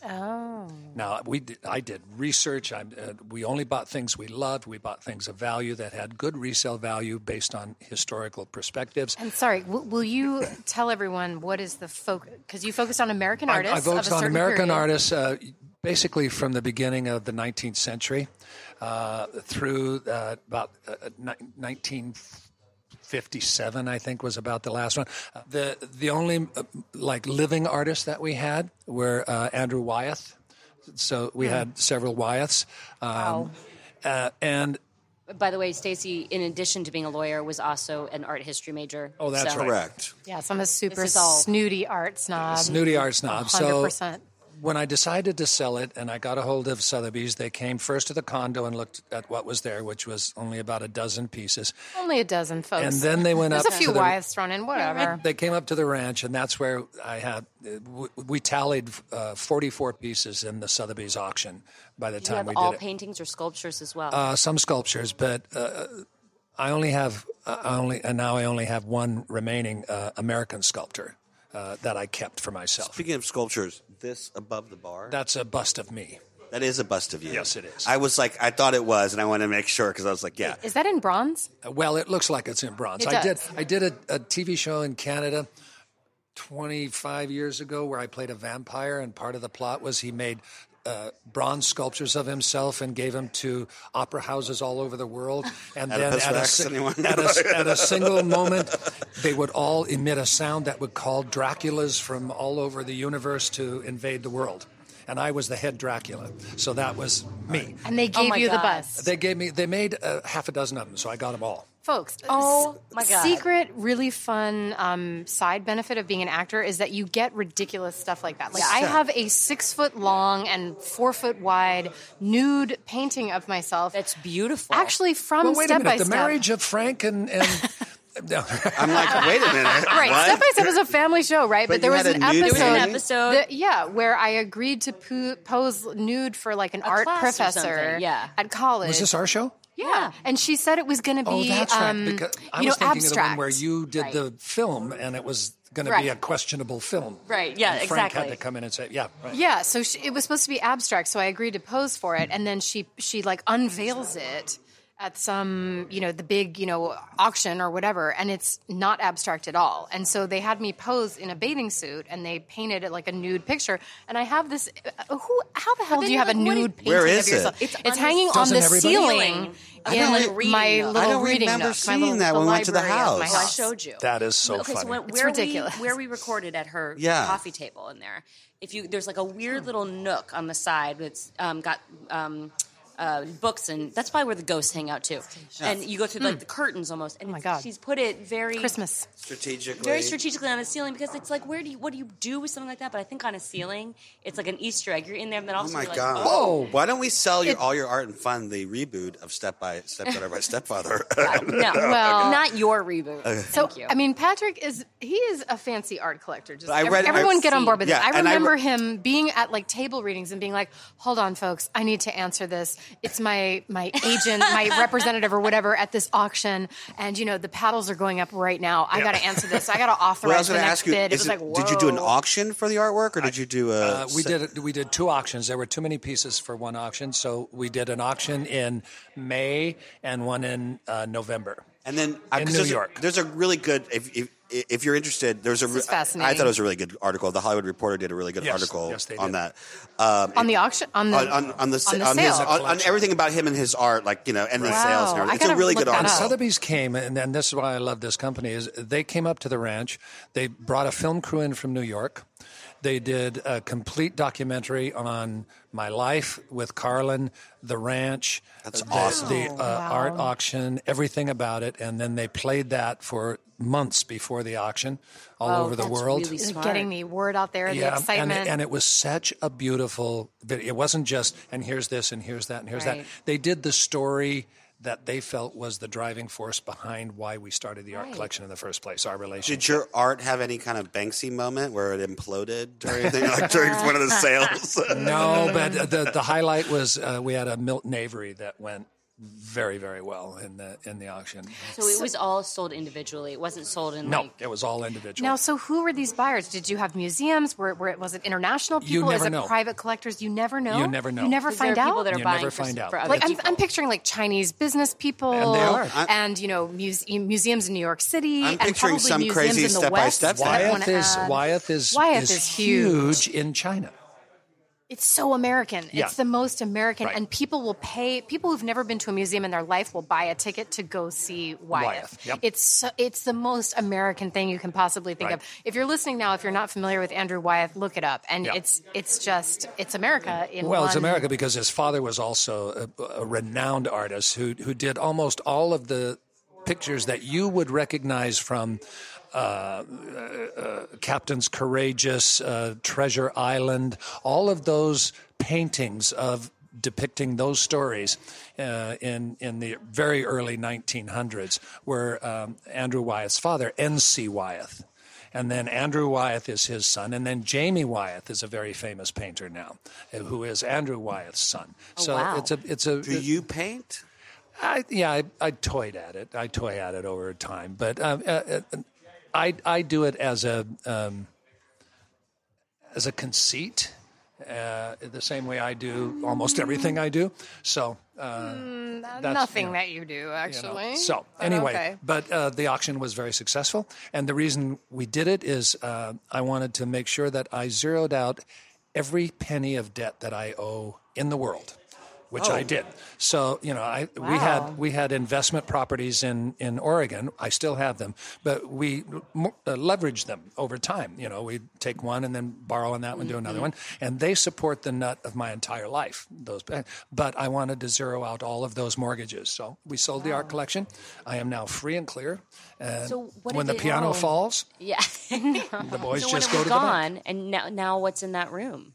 Oh,
Now we did, I did research. I, uh, we only bought things we loved. We bought things of value that had good resale value based on historical perspectives.
and sorry. W- will you tell everyone what is the focus? Because you focused on American
I-
artists.
I, focused
of a
on
certain
American
period.
artists uh, basically from the beginning of the 19th century uh, through uh, about uh, ni- 1957, I think, was about the last one. Uh, the the only uh, like living artists that we had were uh, Andrew
Hmm.
Wyeth. So we had several Wyeths, um, uh, and
By the way, Stacy, in addition to being a lawyer, was also an art history major.
Oh, that's
so.
right.
Correct.
Yes, I'm a super
is all-
snooty art snob.
Snooty art snob. So
100%.
when I decided to sell it and I got a hold of Sotheby's, they came first to the condo and looked at what was there, which was only about a dozen pieces.
Only a dozen folks.
And then they went
There's
up
a few
to the,
wives thrown in, whatever.
They came up to the ranch, and that's where I had we, we tallied uh, 44 pieces in the Sotheby's auction. By the
You
time
have
we
all
did it,
paintings or sculptures as well.
uh, some sculptures, but uh, I only have uh, I only and now I only have one remaining uh, American sculptor uh, that I kept for myself.
Speaking of sculptures, this above the bar.
That's a bust of me.
That is a bust of you.
Yes, it is.
I was like, I thought it was, and I wanted to make sure because I was like, yeah.
Is that in bronze?
Well, it looks like it's in bronze.
It
I did
does.
I did a, a TV show in Canada 25 years ago where I played a vampire, and part of the plot was he made uh, bronze sculptures of himself and gave them to opera houses all over the world. And then
Oedipus
at a,
Rex,
si-
anyone?
at, a, at a single moment, they would all emit a sound that would call Draculas from all over the universe to invade the world. And I was the head Dracula. So that was me.
And they gave
Oh my
you the
God.
bust.
They gave me, they made uh, half a dozen of them, so I got them all.
folks.
Oh,
s-
my God.
Secret, really fun um, side benefit of being an actor is that you get ridiculous stuff like that. Like I have a six foot long and four foot wide nude painting of myself.
That's beautiful.
actually from
well, wait
Step
a
by
minute. The
Step.
marriage of Frank and and no.
I'm like, wait a minute.
Right,
what?
Step by Step is a family show, right? But,
But
there
you
was
had
an,
a nude
episode,
There was an
episode.
that- yeah, where I agreed to po- pose nude for like an art
class or
professor,
something, yeah.
at college.
was this our show?
yeah. and she said it was going to be,
Oh, that's
um,
right. Because I
you
was
know,
thinking of the one
abstract.
where you did the film, and it was going to be
Right.
a questionable film.
Right, yeah,
And Frank
exactly.
had to come in and say, "Yeah, right."
Yeah, so she, it was supposed to be abstract, so I agreed to pose for it, and then she she like unveils it at some you know the big you know auction or whatever, and it's not abstract at all. And so they had me pose in a bathing suit, and they painted it like a nude picture. And I have this. Uh, who? How the hell
then
do you
you're
have a
like, what
nude
do
painting
you-
Where
of
is it?
yourself?
It's
It's
on
hanging
this-
on the
Doesn't everybody-
ceiling.
I
In
don't
like
remember-
my
I don't
little reading
remember
nook, my
seeing
little,
that
the
when we went to the
library of my
house.
Well, Oh, I
house.
showed you.
That is so
okay,
funny.
So when,
It's
where
ridiculous.
We, where we recorded at her
Yeah.
coffee table in there. If you there's like a
Hmm.
weird little nook on the side that's um, got um, uh, books and that's probably where the ghosts hang out too. And you go through
Hmm.
like the curtains almost. And
Oh my God.
she's put it very
Christmas.
Strategically.
very strategically on a ceiling because it's like where do you what do you do with something like that? But I think on a ceiling it's like an Easter egg. You're in there and then
Oh
also
my
you're like,
god!
oh,
Whoa.
Why don't we sell your, all your art and fund the reboot of Step by Stepdaughter by Stepfather?
"Oh, no,
Well-
not your reboot. Thank you.
I mean, Patrick is he is a fancy art collector. Just
But I
ev-
read-
everyone
I-
get on board with
Yeah,
this. I
and I re-
remember him being at like table readings and being like, "Hold on, folks, I need to answer this. It's my my agent, my representative, or whatever at this auction, and you know the paddles are going up right now. I got to answer this. I got to
well, I
authorize
was
the
going to
next
ask you:
bid." It
is
was like,
it- did you do an
"Whoa."
auction for the artwork, or did you do a?
Uh, we
se-
did we did two auctions. There were too many pieces for one auction, so we did an auction in May and one in uh, November.
And then I-
In
'cause
New
there's a-
York.
there's a really good if if, if you're interested. There's a
This is
re- I- I
fascinating.
thought it was a really good article. The Hollywood Reporter did a really good
Yes,
article
yes, they
on
did.
that. Um,
on the auction on the
on, on, on the sa-
on the
on, his,
sale.
on, on everything about him and his art, like you know, and the
Wow.
sales. And
I
everything. It's a
gotta
really
look
good
that
article.
up.
Sotheby's came, and, and this is why I love this company. Is they came up to the ranch. They brought a film crew in from New York. They did a complete documentary on my life with Carlin, the ranch, That's the,
awesome.
the
Oh,
uh, art auction, everything about it, and then they played that for months before the auction, all
Wow,
over the
that's
world.
really
This is
Smart.
getting the word out there, the
and it,
excitement.
and it was such a beautiful video. It wasn't just and here's this and here's that and here's
Right.
that. They did the story that they felt was the driving force behind why we started the art collection in the first place. Our relationship.
Did your art have any kind of Banksy moment where it imploded during anything, like during one of the sales?
no, but the the highlight was uh, we had a Milton Avery that went very very well in the in the auction.
so it was all sold individually. It wasn't sold in
No,
like
it was all individual.
now, so who were these buyers? Did you have museums? Were, were was it international people?
You
Is
never
it
know.
private collectors? You never know.
You never know.
You never
'Cause there
find
are
out.
people that are
You
buying
never
for-
find out.
for other
like I'm,
people.
I'm picturing like Chinese business people,
And they are.
I-
and you know, muse- museums in New York City.
I'm
and
picturing
probably
some
museums
crazy
in the
step by
West
step
that I
thing.
wanna
Wyeth is
add.
Wyeth is
Wyeth
is
is huge.
huge in China.
It's so American.
Yeah.
It's the most American,
Right.
and people will pay. People who've never been to a museum in their life will buy a ticket to go see Wyeth.
Wyeth, yep.
It's so, it's the most American thing you can possibly think
Right.
of. If you're listening now, if you're not familiar with Andrew Wyeth, look it up. And
Yeah.
it's it's just it's America in
Well, it's
one-
America because his father was also a, a renowned artist who who did almost all of the pictures that you would recognize from uh, uh, Captain's Courageous, uh, Treasure Island, all of those paintings of depicting those stories uh, in in the very early 1900s were um, Andrew Wyeth's father, N.C. Wyeth. And then Andrew Wyeth is his son. And then Jamie Wyeth is a very famous painter now, uh, who is Andrew Wyeth's son. so
wow.
it's a, it's a,
Do you paint?
I, yeah, I, I toyed at it. I toy at it over time, but um, uh, uh, I I do it as a um, as a conceit, uh, the same way I do almost everything I do. So uh, that's,
Mm, nothing
you know,
that you do
you
actually.
know. So
But
anyway,
okay.
but uh, the auction was very successful, and the reason we did it is uh, I wanted to make sure that I zeroed out every penny of debt that I owe in the world, which
Oh.
I did. So you know, I we
Wow.
had we had investment properties in in Oregon. I still have them, but we mo- uh, leverage them over time. You know, we take one and then borrow on that one, do
Mm-hmm.
another one, and they support the nut of my entire life. Those, uh, but I wanted to zero out all of those mortgages, so we sold the art collection. I am now free and clear. And
So what
when the
did it-
piano
Wow.
falls,
Yeah. so
the boys
when
just
it
go
was
to the bank.
gone, and now, now what's in that room?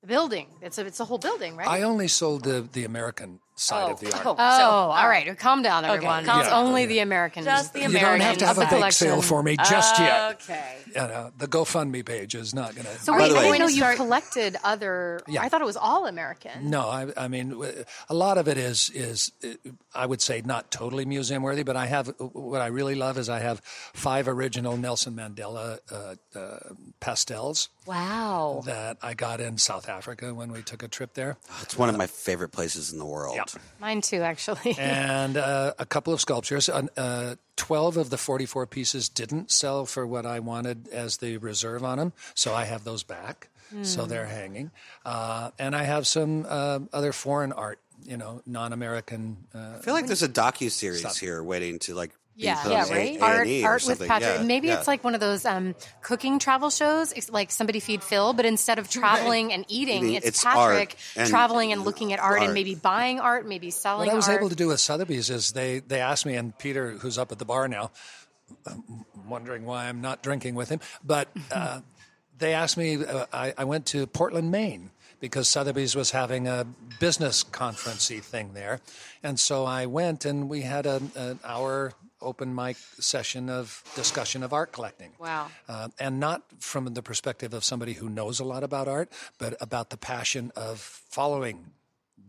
the building. It's a it's a whole building, right?
I only sold the the American side of the art.
Oh,
so-
all right. Calm down, everyone.
calm
it's
down.
only the Americans.
Just the
You don't have
Americans
to have a
of
bake
the
sale for me just yet.
Okay.
You know, the GoFundMe page is not going to.
So
By
wait,
the
I
way-
didn't know
Going to
you
start-
collected other.
Yeah.
I thought it was all American.
No, I, I mean, w- a lot of it is is uh, I would say not totally museum worthy, but I have what I really love is I have five original Nelson Mandela uh, uh, pastels
Wow.
that I got in South Africa when we took a trip there,
It's one of my favorite places in the world.
Mine too, actually.
and uh, a couple of sculptures. An- Uh, Twelve of the forty-four pieces didn't sell for what I wanted as the reserve on them, so I have those back. So they're hanging, uh, and I have some uh, other foreign art, you know, non-American uh,
I feel like there's a docu series here waiting to like be
Yeah,
put
Yeah,
on A-
right?
A&E
art,
or
art with
something.
Patrick.
Yeah,
Maybe
yeah.
it's like one of those um, cooking travel shows, it's like somebody feed Phil, but instead of traveling and eating,
Eating,
it's,
it's
Patrick
art and
traveling and looking at art,
art.
and maybe buying art, maybe selling
What I was
art.
able to do with Sotheby's is they they asked me and Peter, who's up at the bar now, um, wondering why I'm not drinking with him, but uh, they asked me. Uh, I, I went to Portland, Maine, because Sotheby's was having a business conferencey thing there, and so I went and we had an, an hour open mic session of discussion of art collecting.
Wow.
Uh, and not from the perspective of somebody who knows a lot about art, but about the passion of following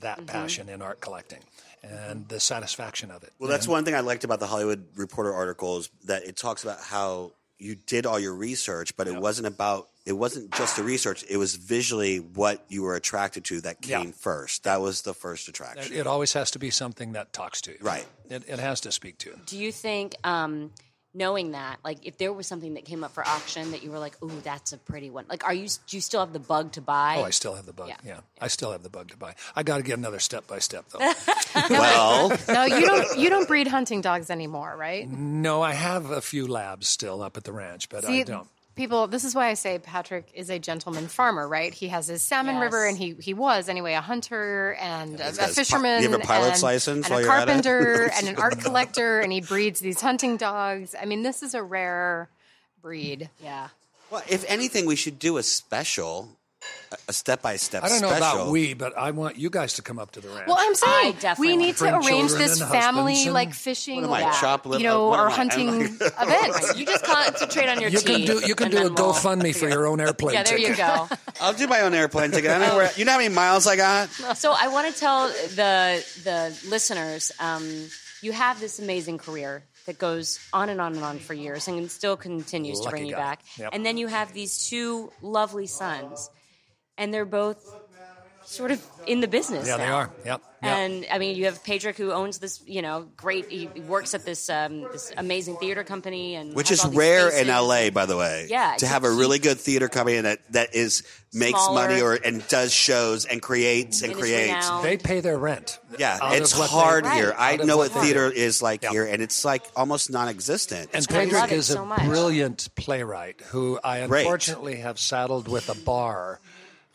that passion in art collecting and the satisfaction of it.
Well, that's one thing I liked about the Hollywood Reporter article is that it talks about how you did all your research, but it wasn't about it wasn't just the research. It was visually what you were attracted to that
Yeah.
came first. That was the first
It,
attraction.
it always has to be something that talks to you.
Right.
It, it has to speak to you.
Do you think, um, knowing that, like, if there was something that came up for auction that you were like, "Ooh, that's a pretty one," like, are you? Do you still have the bug to buy?
Oh, I still have the bug.
Yeah.
Yeah. I still have the bug to buy. I got to get another step by step, though.
well,
no, you don't. You don't breed hunting dogs anymore, right?
no, I have a few labs still up at the ranch, but I
See,
don't.
People, this is why I say Patrick is a gentleman farmer, right? He has his salmon
Yes.
river, and he he was anyway a hunter and a,
got
a
his pi-
fisherman.
you have a pilot's
and,
license
and
while
a
you're at it?
carpenter and an art collector, and he breeds these hunting dogs. I mean, this is a rare breed.
yeah.
well, if anything, we should do a special, a- a step by step.
I don't know
special.
about we, but I want you guys to come up to the ranch.
Well, I'm
I
saying
definitely
we
want to
need to
bring
arrange
children
this
and husbands
family
and-
like fishing,
am I,
or,
chop lip-
you know,
what am
or
I? I'm
hunting event.
You just concentrate on your
you can
tea.
do you can
and
do a
then we'll-
GoFundMe for your own airplane
Yeah, there
ticket.
you go.
I'll do my own airplane ticket.
Oh.
I don't know where. You know how many miles I got?
So I want to tell the the listeners, um, you have this amazing career that goes on and on and on for years, and still continues to
Lucky
bring you
guy.
back.
Yep.
And then you have these two lovely sons, and they're both sort of in the business.
Yeah, they
now.
are. Yep. yep.
And I mean, you have Pedrick who owns this, you know, great. He works at this um, this amazing theater company, and
Which
has
is
all these
rare
spaces.
in LA, by the way.
Yeah,
To
to
have a
keep-
really good theater company that, that is makes
Smaller.
money or and does shows and creates and,
And is
creates.
renowned.
they pay their rent.
Yeah,
out of
it's
what they-
hard
Right.
here. I
out of
know
what
what
they do.
theater is like
Yeah.
here, and it's like almost non-existent.
And
It's
I love
Pedrick
it
is
so
a
much.
brilliant playwright who I
Great.
unfortunately have saddled with a bar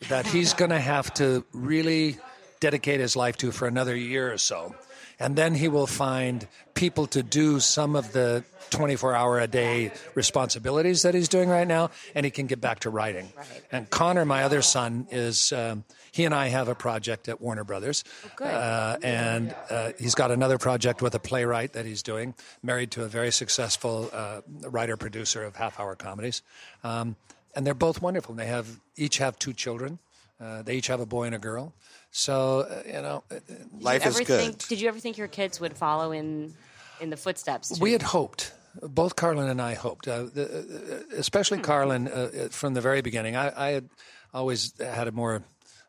that he's going to have to really dedicate his life to for another year or so. And then he will find people to do some of the 24 hour a day responsibilities that he's doing right now, and he can get back to writing. And Connor, my other son, is um, he and I have a project at Warner Brothers.
good.
Uh, and uh, he's got another project with a playwright that he's doing, married to a very successful uh, writer producer of half hour comedies. Um, and they're both wonderful. And they have each have two children. Uh, they each have a boy and a girl. So uh, you know, uh,
life is
Ever
good.
think- did you ever think your kids would follow in in the footsteps? to-
we had hoped. Both Carlin and I hoped, uh, the, uh, especially
Hmm.
Carlin, uh, uh, from the very beginning. I, I had always had a more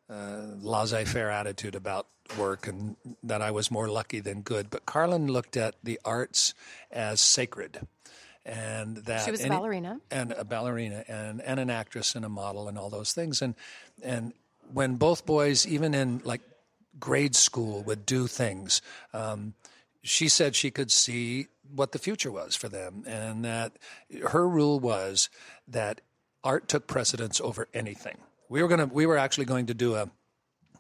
uh, laissez-faire attitude about work and that I was more lucky than good. But Carlin looked at the arts as sacred. And that
She was a
any-
ballerina.
and a ballerina and, and an actress and a model and all those things. And and when both boys, even in like grade school, would do things, um, she said she could see what the future was for them, and that her rule was that art took precedence over anything. We were gonna we were actually going to do a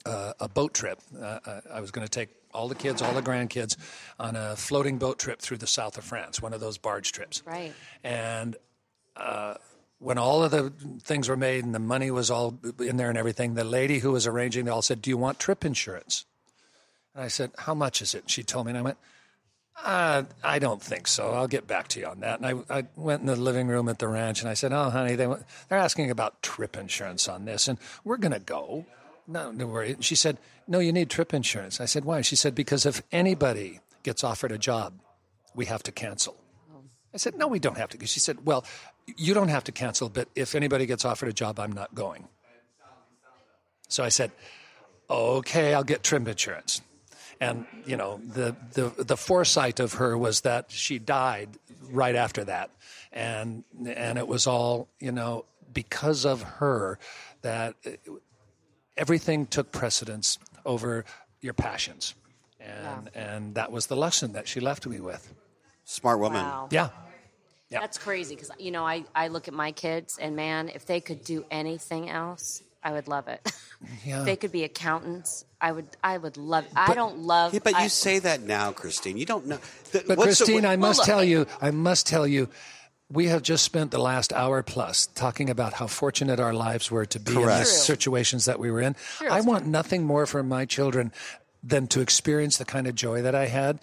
a boat trip. Uh, I- I was going to take all the kids, all the grandkids, on a floating boat trip through the south of France, one of those barge trips.
Right.
And uh, when all of the things were made and the money was all in there and everything, the lady who was arranging it all said, "Do you want trip insurance?" And I said, "How much is it?" She told me, and I went. Uh, I don't think so. I'll get back to you on that. And I, I went in the living room at the ranch and I said, Oh, honey, they, wa- they're asking about trip insurance on this, and we're going to go. No, don't worry. And She said, No, you need trip insurance. I said, Why? She said, Because if anybody gets offered a job, we have to cancel. I said, No, we don't have to. She said, Well, you don't have to cancel, but if anybody gets offered a job, I'm not going. So I said, okay, I'll get trim insurance. And you know, the, the the foresight of her was that she died right after that, and and it was all you know because of her that uh, everything took precedence over your passions, and and that was the lesson that she left me with.
Smart woman.
Wow.
Yeah,
That's crazy because you know I, I look at my kids and man, if they could do anything else, I would love it.
Yeah.
If they could be accountants. I would I would love. I don't love.
Yeah, but you
I-
say that now, Christine. You don't know. The-
But
what's the-
Christine, I must
look.
tell you, I must tell you, we have just spent the last hour plus talking about how fortunate our lives were to be in the
Correct. True.
situations that we were in. I want nothing more for my children than to experience the kind of joy that I had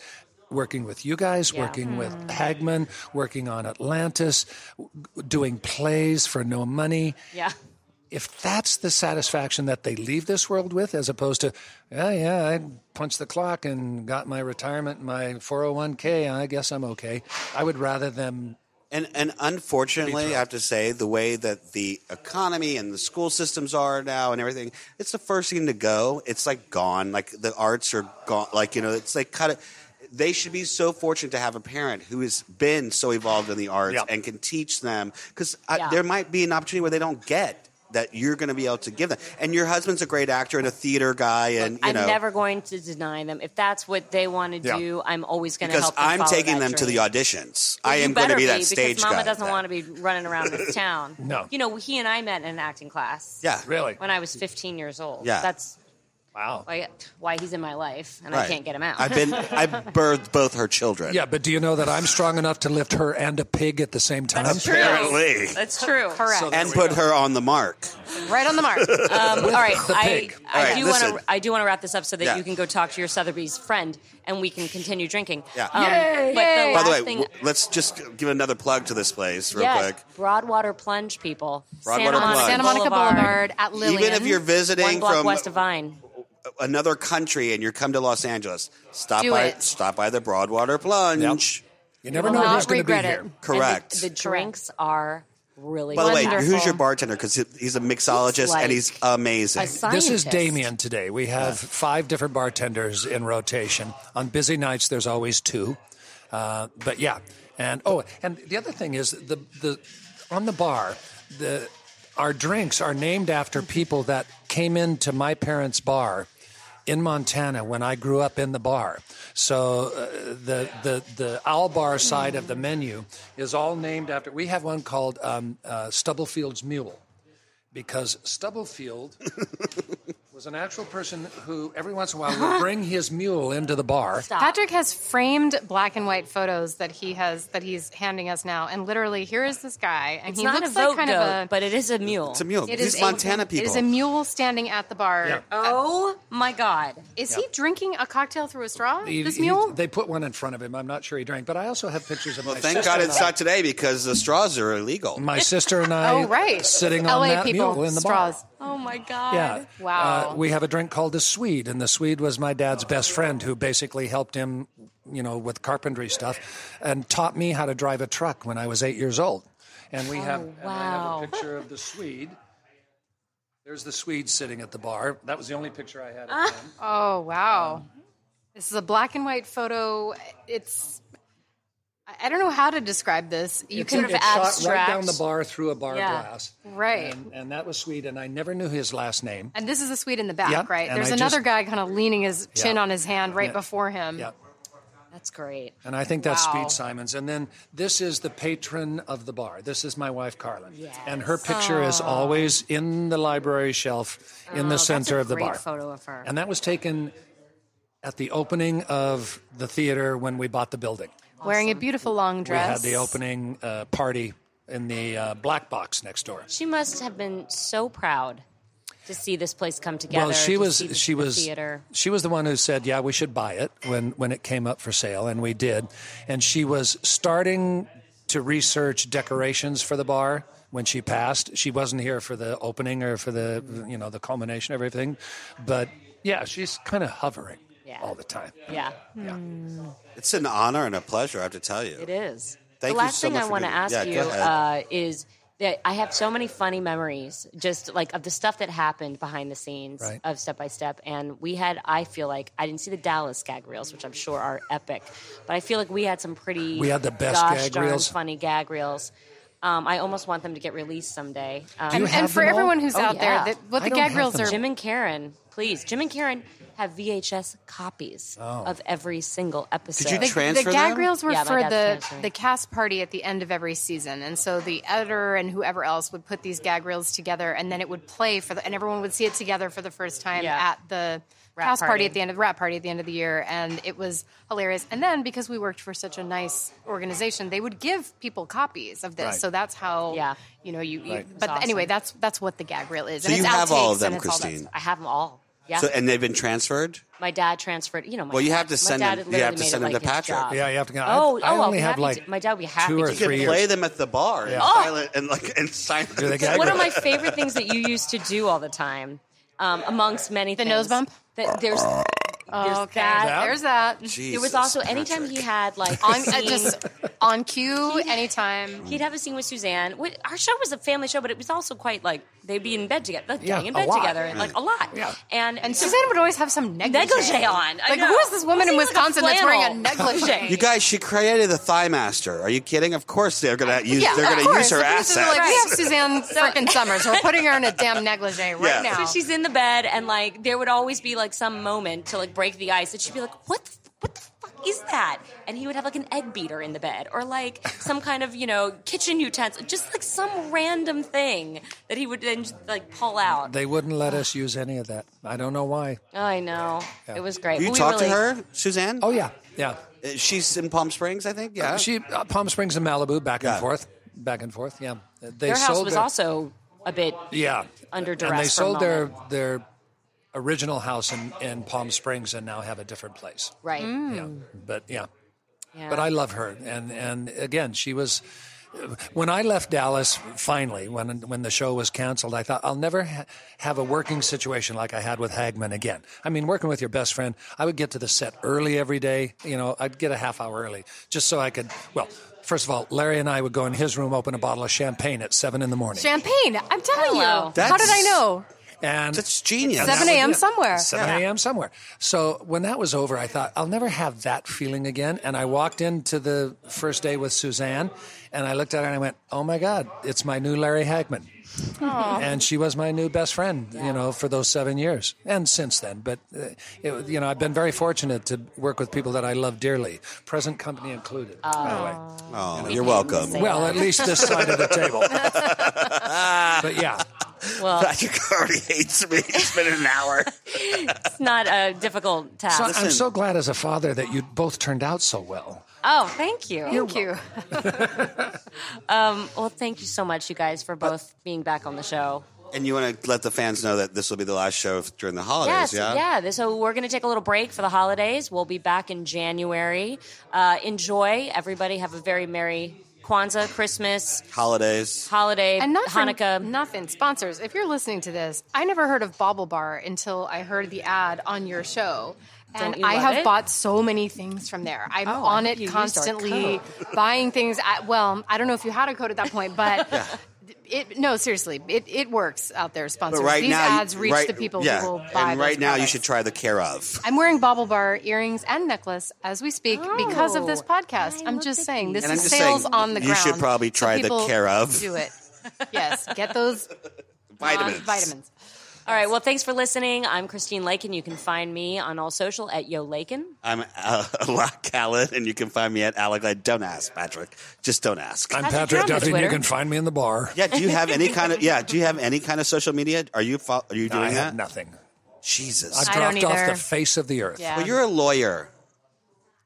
working with you guys, working with Hagman, working on Atlantis, w- doing plays for no money
Yeah.
if that's the satisfaction that they leave this world with, as opposed to, yeah, yeah, I punched the clock and got my retirement, my 401k, I guess I'm okay. I would rather them,
And and unfortunately, I have to say, the way that the economy and the school systems are now and everything, it's the first thing to go. It's like gone. Like the arts are gone. Like you know, it's like kind of. They should be so fortunate to have a parent who has been so involved in the arts
Yeah.
and can teach them because
Yeah.
there might be an opportunity where they don't get that you're going to be able to give them. And your husband's a great actor and a theater guy, and you
I'm
know,
never going to deny them. If that's what they want to
Yeah.
do, I'm always going to
because
help them.
I'm
follow that
taking them to the
dream.
auditions. I
You
am going to
better
be that
because
stage
Mama
guy.
doesn't want to be running around this town.
No.
You know, he and I met in an acting class.
Yeah,
really?
When I was 15 years old.
Yeah.
That's
wow.
why, why he's in my life, and I
Right.
can't get him out.
I've been I birthed both her children.
Yeah, but do you know that I'm strong enough to lift her and a pig at the same time?
That's true.
Apparently.
That's true.
Correct.
So-
And put her on the mark.
right on the mark.
Um, all right,
the
I,
pig.
I
All right,
do want
listen.
to I do want to wrap this up so that
Yeah.
you can go talk to your Sotheby's friend and we can continue drinking.
Yeah.
Yay, but the
By
last
the way,
thing,
w- let's just give another plug to this place real
yes,
quick.
Broadwater Plunge people. Santa Monica
Broadwater Plunge.
Uh, Santa Monica
Boulevard,
Boulevard, at Lillian.
Even if you're
one
visiting
block
from
west of Vine.
another country and you come to Los Angeles, stop
Do
by
it.
stop by the Broadwater Plunge.
You never
will
know
not
who's going to be
regret it.
here.
And the-
Correct.
The, drinks are really
By the way,
wonderful.
who's your bartender? Because he's a mixologist
like
and he's amazing.
a
This is
scientist.
Damien today. We have five different bartenders in rotation. On busy nights, there's always two. Uh, but yeah, and oh, and the other thing is the the on the bar the our drinks are named after people that came into my parents' bar in Montana when I grew up in the bar. So uh, the the the owl bar side of the menu is all named after. We have one called um, uh, Stubblefield's Mule because Stubblefield was an actual person who every once in a while would bring his mule into the bar.
Patrick has framed black and white photos that he has that he's handing us now, and literally here is this guy, and
It's
he
not
looks
a vote
like kind
goat,
of a
but it is a mule.
it's a mule.
It
These
is a-
Montana
It
people.
is a mule standing at the bar.
Yeah.
Oh my god!
Is he drinking a cocktail through a straw?
He-
this
he-
mule?
they put one in front of him. I'm not sure he drank, but I also have pictures of my
Thank
sister
God
and
it's
I-
not today because the straws are illegal.
my sister and I.
oh, right.
sitting
LA
on that
people,
mule in the
straws.
bar.
Oh my god!
Yeah.
Wow.
Uh, we have a drink called the Swede, and the Swede was my dad's best friend who basically helped him, you know, with carpentry stuff and taught me how to drive a truck when I was eight years old. And we have,
Oh,
and I
wow.
have a picture of the Swede. There's the Swede sitting at the bar. That was the only picture I had of him.
Oh wow. this is a black and white photo. It's I- I don't know how to describe this. You
It's-
can
it's shot right
abstract
down the bar through a bar
Yeah.
glass.
Right.
And, and that was Swede, and I never knew his last name.
And this is a suite in the back,
Yeah,
right?
and
There's
I
another
just-
guy kind of leaning his chin
Yeah.
on his hand right before
Um,
him.
Yeah.
That's great.
And I think that's
Wow.
Speed Simons. And then this is the patron of the bar. This is my wife, Carlin. And her picture is always in the library shelf in the
Oh, that's
center
a
of the
great
bar.
photo of her.
And that was taken at the opening of the theater when we bought the building.
Wearing a beautiful long
We had
dress.
the opening uh, party in the uh, black box next door.
She must have been so proud to see this place come together.
Well, she
to
was
see the-
she
the
was
theater.
she was the one who said, "Yeah, we should buy it" when when it came up for sale, and we did. And she was starting to research decorations for the bar when she passed. She wasn't here for the opening or for the you know the culmination of everything, but yeah, she's kind of hovering
Yeah.
all the time.
Yeah,
It's an honor and a pleasure, I have to tell you.
it is.
Thank
the
you
last
so
thing
much
I
for
want to
doing-
ask
yeah, go
you
ahead.
uh, is that I have so many funny memories, just like of the stuff that happened behind the scenes
Right.
of Step by Step. And we had, I feel like, I didn't see the Dallas gag reels, which I'm sure are epic, but I feel like we had some pretty
We had the best
gosh
gag
darn
reels.
funny gag reels. Um, I almost want them to get released someday. Um,
you
and,
have
and for
them all?
everyone who's
Oh,
out
yeah.
there, that what
I
the
don't
gag
have
reels
them.
are
Jim and Karen, please. Jim and Karen have VHS copies of every single episode.
Oh. you
The,
tra- Transfer
the gag
them?
reels were
Yeah, my
for
dad's
the
transferring.
the cast party at the end of every season, and so the editor and whoever else would put these gag reels together, and then it would play for the, and everyone would see it together for the first time
Yeah.
at the
Rap
cast party.
party.
at the end of the rap party at the end of the year, and it was hilarious. And then because we worked for such a nice organization, they would give people copies of this,
Right.
so that's how
Yeah.
you know you. you
Right.
But
That's
anyway,
awesome.
that's that's what the gag reel is.
So
and
you
it's
have all
outtakes
of them,
and it's all that
Christine.
stuff.
I have them all. Yeah.
So, and they've been transferred?
my dad transferred. You know, my
Well, you
dad-
have to
my
send
dad
them-
literally
you have to
made it
send them
like
to
his
Patrick.
job.
Yeah, you have to.
Oh,
I, I
oh, I'll
only
be
have
happy
like
to- my dad would be happy
two or
to do
You
Three
three
can
years.
play them at the bar in
Yeah. Oh!
silent and like in silent.
Do the gag
It's one of
reels.
my favorite things that you used to do all the time, um, amongst many
The
things.
nose bump? Oh,
That there's, there's
Okay,
that.
That?
there's that.
There was also anytime he had like
on
a
uh,
scene-
just on cue anytime.
he'd have a scene with Suzanne. We- Our show was a family show, but it was also quite like they'd be in bed together, like
Yeah,
getting in
a
bed
lot.
together, and like a lot.
Yeah.
And
And Suzanne would always have some negligee,
Negligee on. I
Like
know.
who is this woman in
What's he wearing, a
Wisconsin that's wearing a
flannel?
negligee?
You guys, she created the Thigh Master. Are you kidding? Of course they're gonna use
yeah,
they're
of
gonna use
course.
her
The producers are
assets.
Like, We have Suzanne freaking Summers. We're putting her in a damn negligee right
Yeah.
now.
so she's in the bed, and like there would always be like some moment to like break the ice, and she'd be like, "What? The, f- what the fuck is that?" And he would have like an egg beater in the bed, or like some kind of you know kitchen utensil, just like some random thing that he would then just, like pull out.
They wouldn't let us use any of that. I don't know why.
I know it was great.
you
We
talk to
really-
her, Suzanne?
Oh yeah, yeah.
Uh, She's in Palm Springs, I think. Yeah.
She uh, Palm Springs and Malibu, back and
Yeah.
forth, back and forth. Yeah, they
Their house
sold
was
their-
also a bit
yeah
under
and they
duress for a
sold their their original house in, in palm springs and now have a different place
right.
yeah but yeah
Yeah.
but i love her and and again she was when I left Dallas, finally, when when the show was canceled, I thought I'll never ha- have a working situation like I had with Hagman again. I mean, working with your best friend, I would get to the set early every day. You know, I'd get a half hour early just so I could. Well, first of all, Larry and I would go in his room, open a bottle of champagne at seven in the morning,
Champagne. I'm telling
Hello.
you. How did I
That's-
know?
and
That's genius.
7
was
a.m.
it.
somewhere.
7 a.m. somewhere. So when that was over, I thought, I'll never have that feeling again. And I walked into the first day with Suzanne and I looked at her and I went, oh my God, it's my new Larry Hagman. And she was my new best friend, you know, for those seven years and since then. But, uh, it, you know, I've been very fortunate to work with people that I love dearly, present company included, by the way.
Oh, you're welcome.
Say
Well,
that.
at least this side of the table. but yeah,
Well,
Patrick already hates me. It's been an hour.
it's not a difficult task.
so I'm so glad as a father that you both turned out so well.
oh, thank you.
Thank you.
Well, thank you so much, you guys, for both being back on the show.
And you want to let the fans know that this will be the last show during the
Yes,
holidays, yeah?
yeah. this- So we're going to take a little break for the holidays. We'll be back in January. Uh, enjoy, everybody. Have a very merry Kwanzaa, Christmas,
Holidays.
holiday,
And not
Hanukkah.
For nothing. Sponsors, if you're listening to this, I never heard of Bobble Bar until I heard the ad on your show.
Don't
And
you
I
love
have
it?
bought so many things from there. I'm
Oh, I
on
think
it
you used our
constantly,
code.
buying things. At, well, I don't know if you had a code at that point, but it, no, seriously, it, it works out there, sponsors.
But right
These
now, you-
ads reach
right-
the people
yeah.
who will buy
And right
those
now, you
products.
should try the care of.
I'm wearing bobble bar earrings and necklace as we speak because of this
Oh.
podcast.
Hey,
I'm
look
just
at
saying this
And I'm
is
just
sales
saying,
on the
you
ground.
should probably
So
try the
people
care of.
Do it. Yes, get those uh,
Vitamins.
vitamins.
All right. Well, thanks for listening. I'm Christine Lakin. You can find me on all social at Yo Lakin.
I'm uh, Alok Khaled, and you can find me at Alec. Like, Don't ask, Patrick. Just don't ask.
I'm
How's it going
Patrick
on
Duffy, and you
Twitter?
can find me in the bar.
yeah. Do you have any kind of yeah? Do you have any kind of social media? Are you fo- are you doing
I
that?
have nothing.
Jesus.
I've
I don't
dropped off
either.
the face of the earth.
Yeah.
well, you're a lawyer.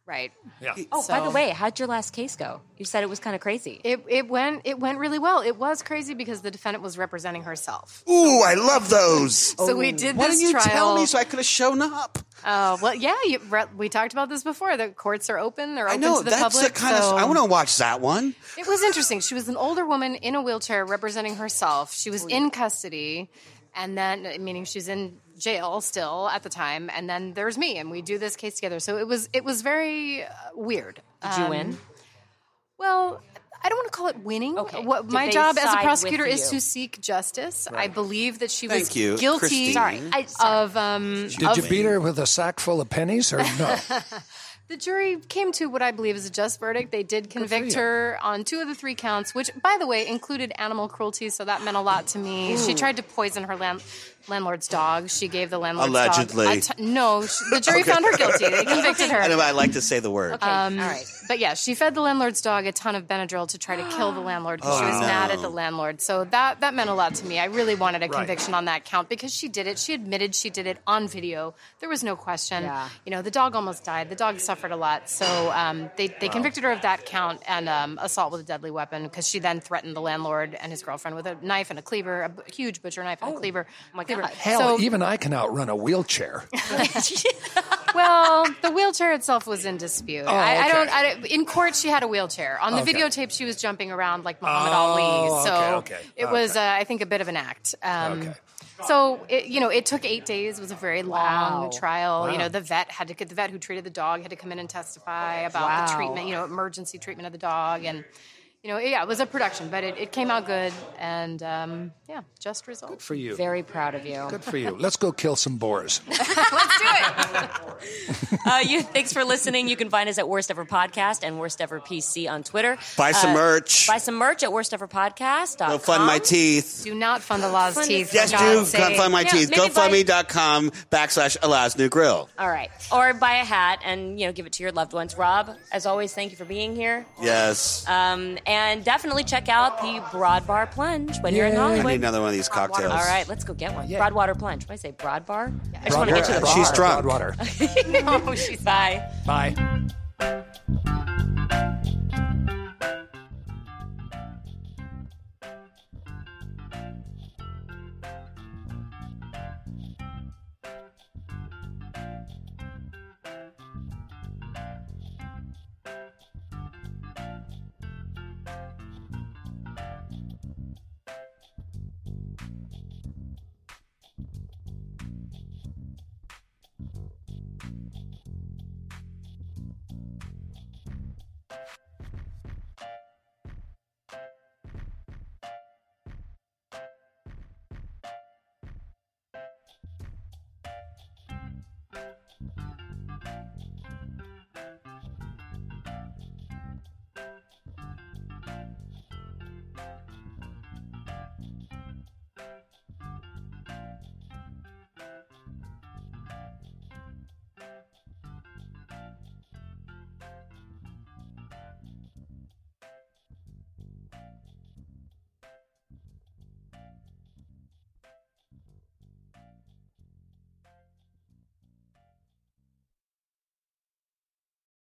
Right.
Yeah.
Oh, by the
So-
way, how'd your last case go? You said it was kind of crazy.
It, it went it went really well. It was crazy because the defendant was representing herself.
Ooh, I love those.
Oh,
So we did
Oh. Why
this
didn't you
trial.
tell me so I could have shown up?
uh, well, yeah, you, re- we talked about this before. The courts are open. They're
I
open
know
to the
that's
public.
the kind
so-
of I want to watch that one.
It was interesting. She was an older woman in a wheelchair representing herself. She
Oh,
was in custody, and then meaning she's in jail still at the time. And then there's me, and we do this case together. So it was it was very uh, weird.
Did you win?
Well, I don't want to call it winning.
Okay.
What
Did
my
they
job as
side
a
with
prosecutor is
you?
to seek justice. I believe that she
Thank
was
you,
guilty
Christine. Sorry.
I- sorry.
of um
Did you beat her with a sack full of pennies or no?
The jury came to what I believe is a just verdict. They did convict
you.
her on two of the three counts, which, by the way, included animal cruelty, so that meant a lot to me. She tried to poison her land- landlord's dog. She gave the landlord's
Allegedly.
dog. a t- no, sh the jury found her guilty. They convicted
I know
her.
I like to say the word.
Okay. all right.
But yeah, she fed the landlord's dog a ton of Benadryl to try to kill the landlord because she was mad at the landlord. So that, that meant a lot to me. I really wanted a conviction on that count because she did it. She admitted she did it on video. There was no question.
Yeah.
You know, the dog almost died. The dog suffered a lot. So um, they, they convicted her of that count and um, assault with a deadly weapon because she then threatened the landlord and his girlfriend with a knife and a cleaver, a b- huge butcher knife and a cleaver.
Oh my
cleaver.
God.
Hell,
So-
even I can outrun a wheelchair.
well, the wheelchair itf was in dispute. I, I
Oh, okay.
don't. I, don't- in court, she had a wheelchair. On the
Okay.
videotape, she was jumping around like Muhammad
Oh,
Ali. So
okay, okay,
it was, uh, I think, a bit of an act. Um,
Okay.
So it, you know, it took eight days. It was a very long
Wow.
trial.
Wow.
You know, the vet had to get the vet who treated the dog had to come in and testify about the
Wow.
treatment. You know, emergency treatment of the dog and. You know, yeah, it was a production, but it, it came out good, and um, yeah, just result.
For you.
Um, Very proud of you.
Good for you. Let's go kill some boars.
Uh, you thanks for listening. You can find us at Worst Ever Podcast and Worst Ever PC on Twitter.
Buy some
Uh,
merch.
Buy some merch at Worst Ever Podcast.
Go fund my teeth.
Do not fund Allah's
Fund
teeth. for
Yes,
God's
do. Go
sake.
fund my
Yeah,
teeth.
maybe buy-
GoFundMe.com backslash Alas New Grill.
All right, or buy a hat and you know give it to your loved ones. Rob, as always, thank you for being here,
Yes.
um, and definitely check out the Broad Bar Plunge when you're in
Yay.
I
Hollywood.
need another one of these cocktails.
All right, let's go get one. Broadwater Plunge. What did I say? Broad Bar? I just want to
Broadwater-
get to the bar.
She's drunk.
Broadwater.
Bye.
Bye.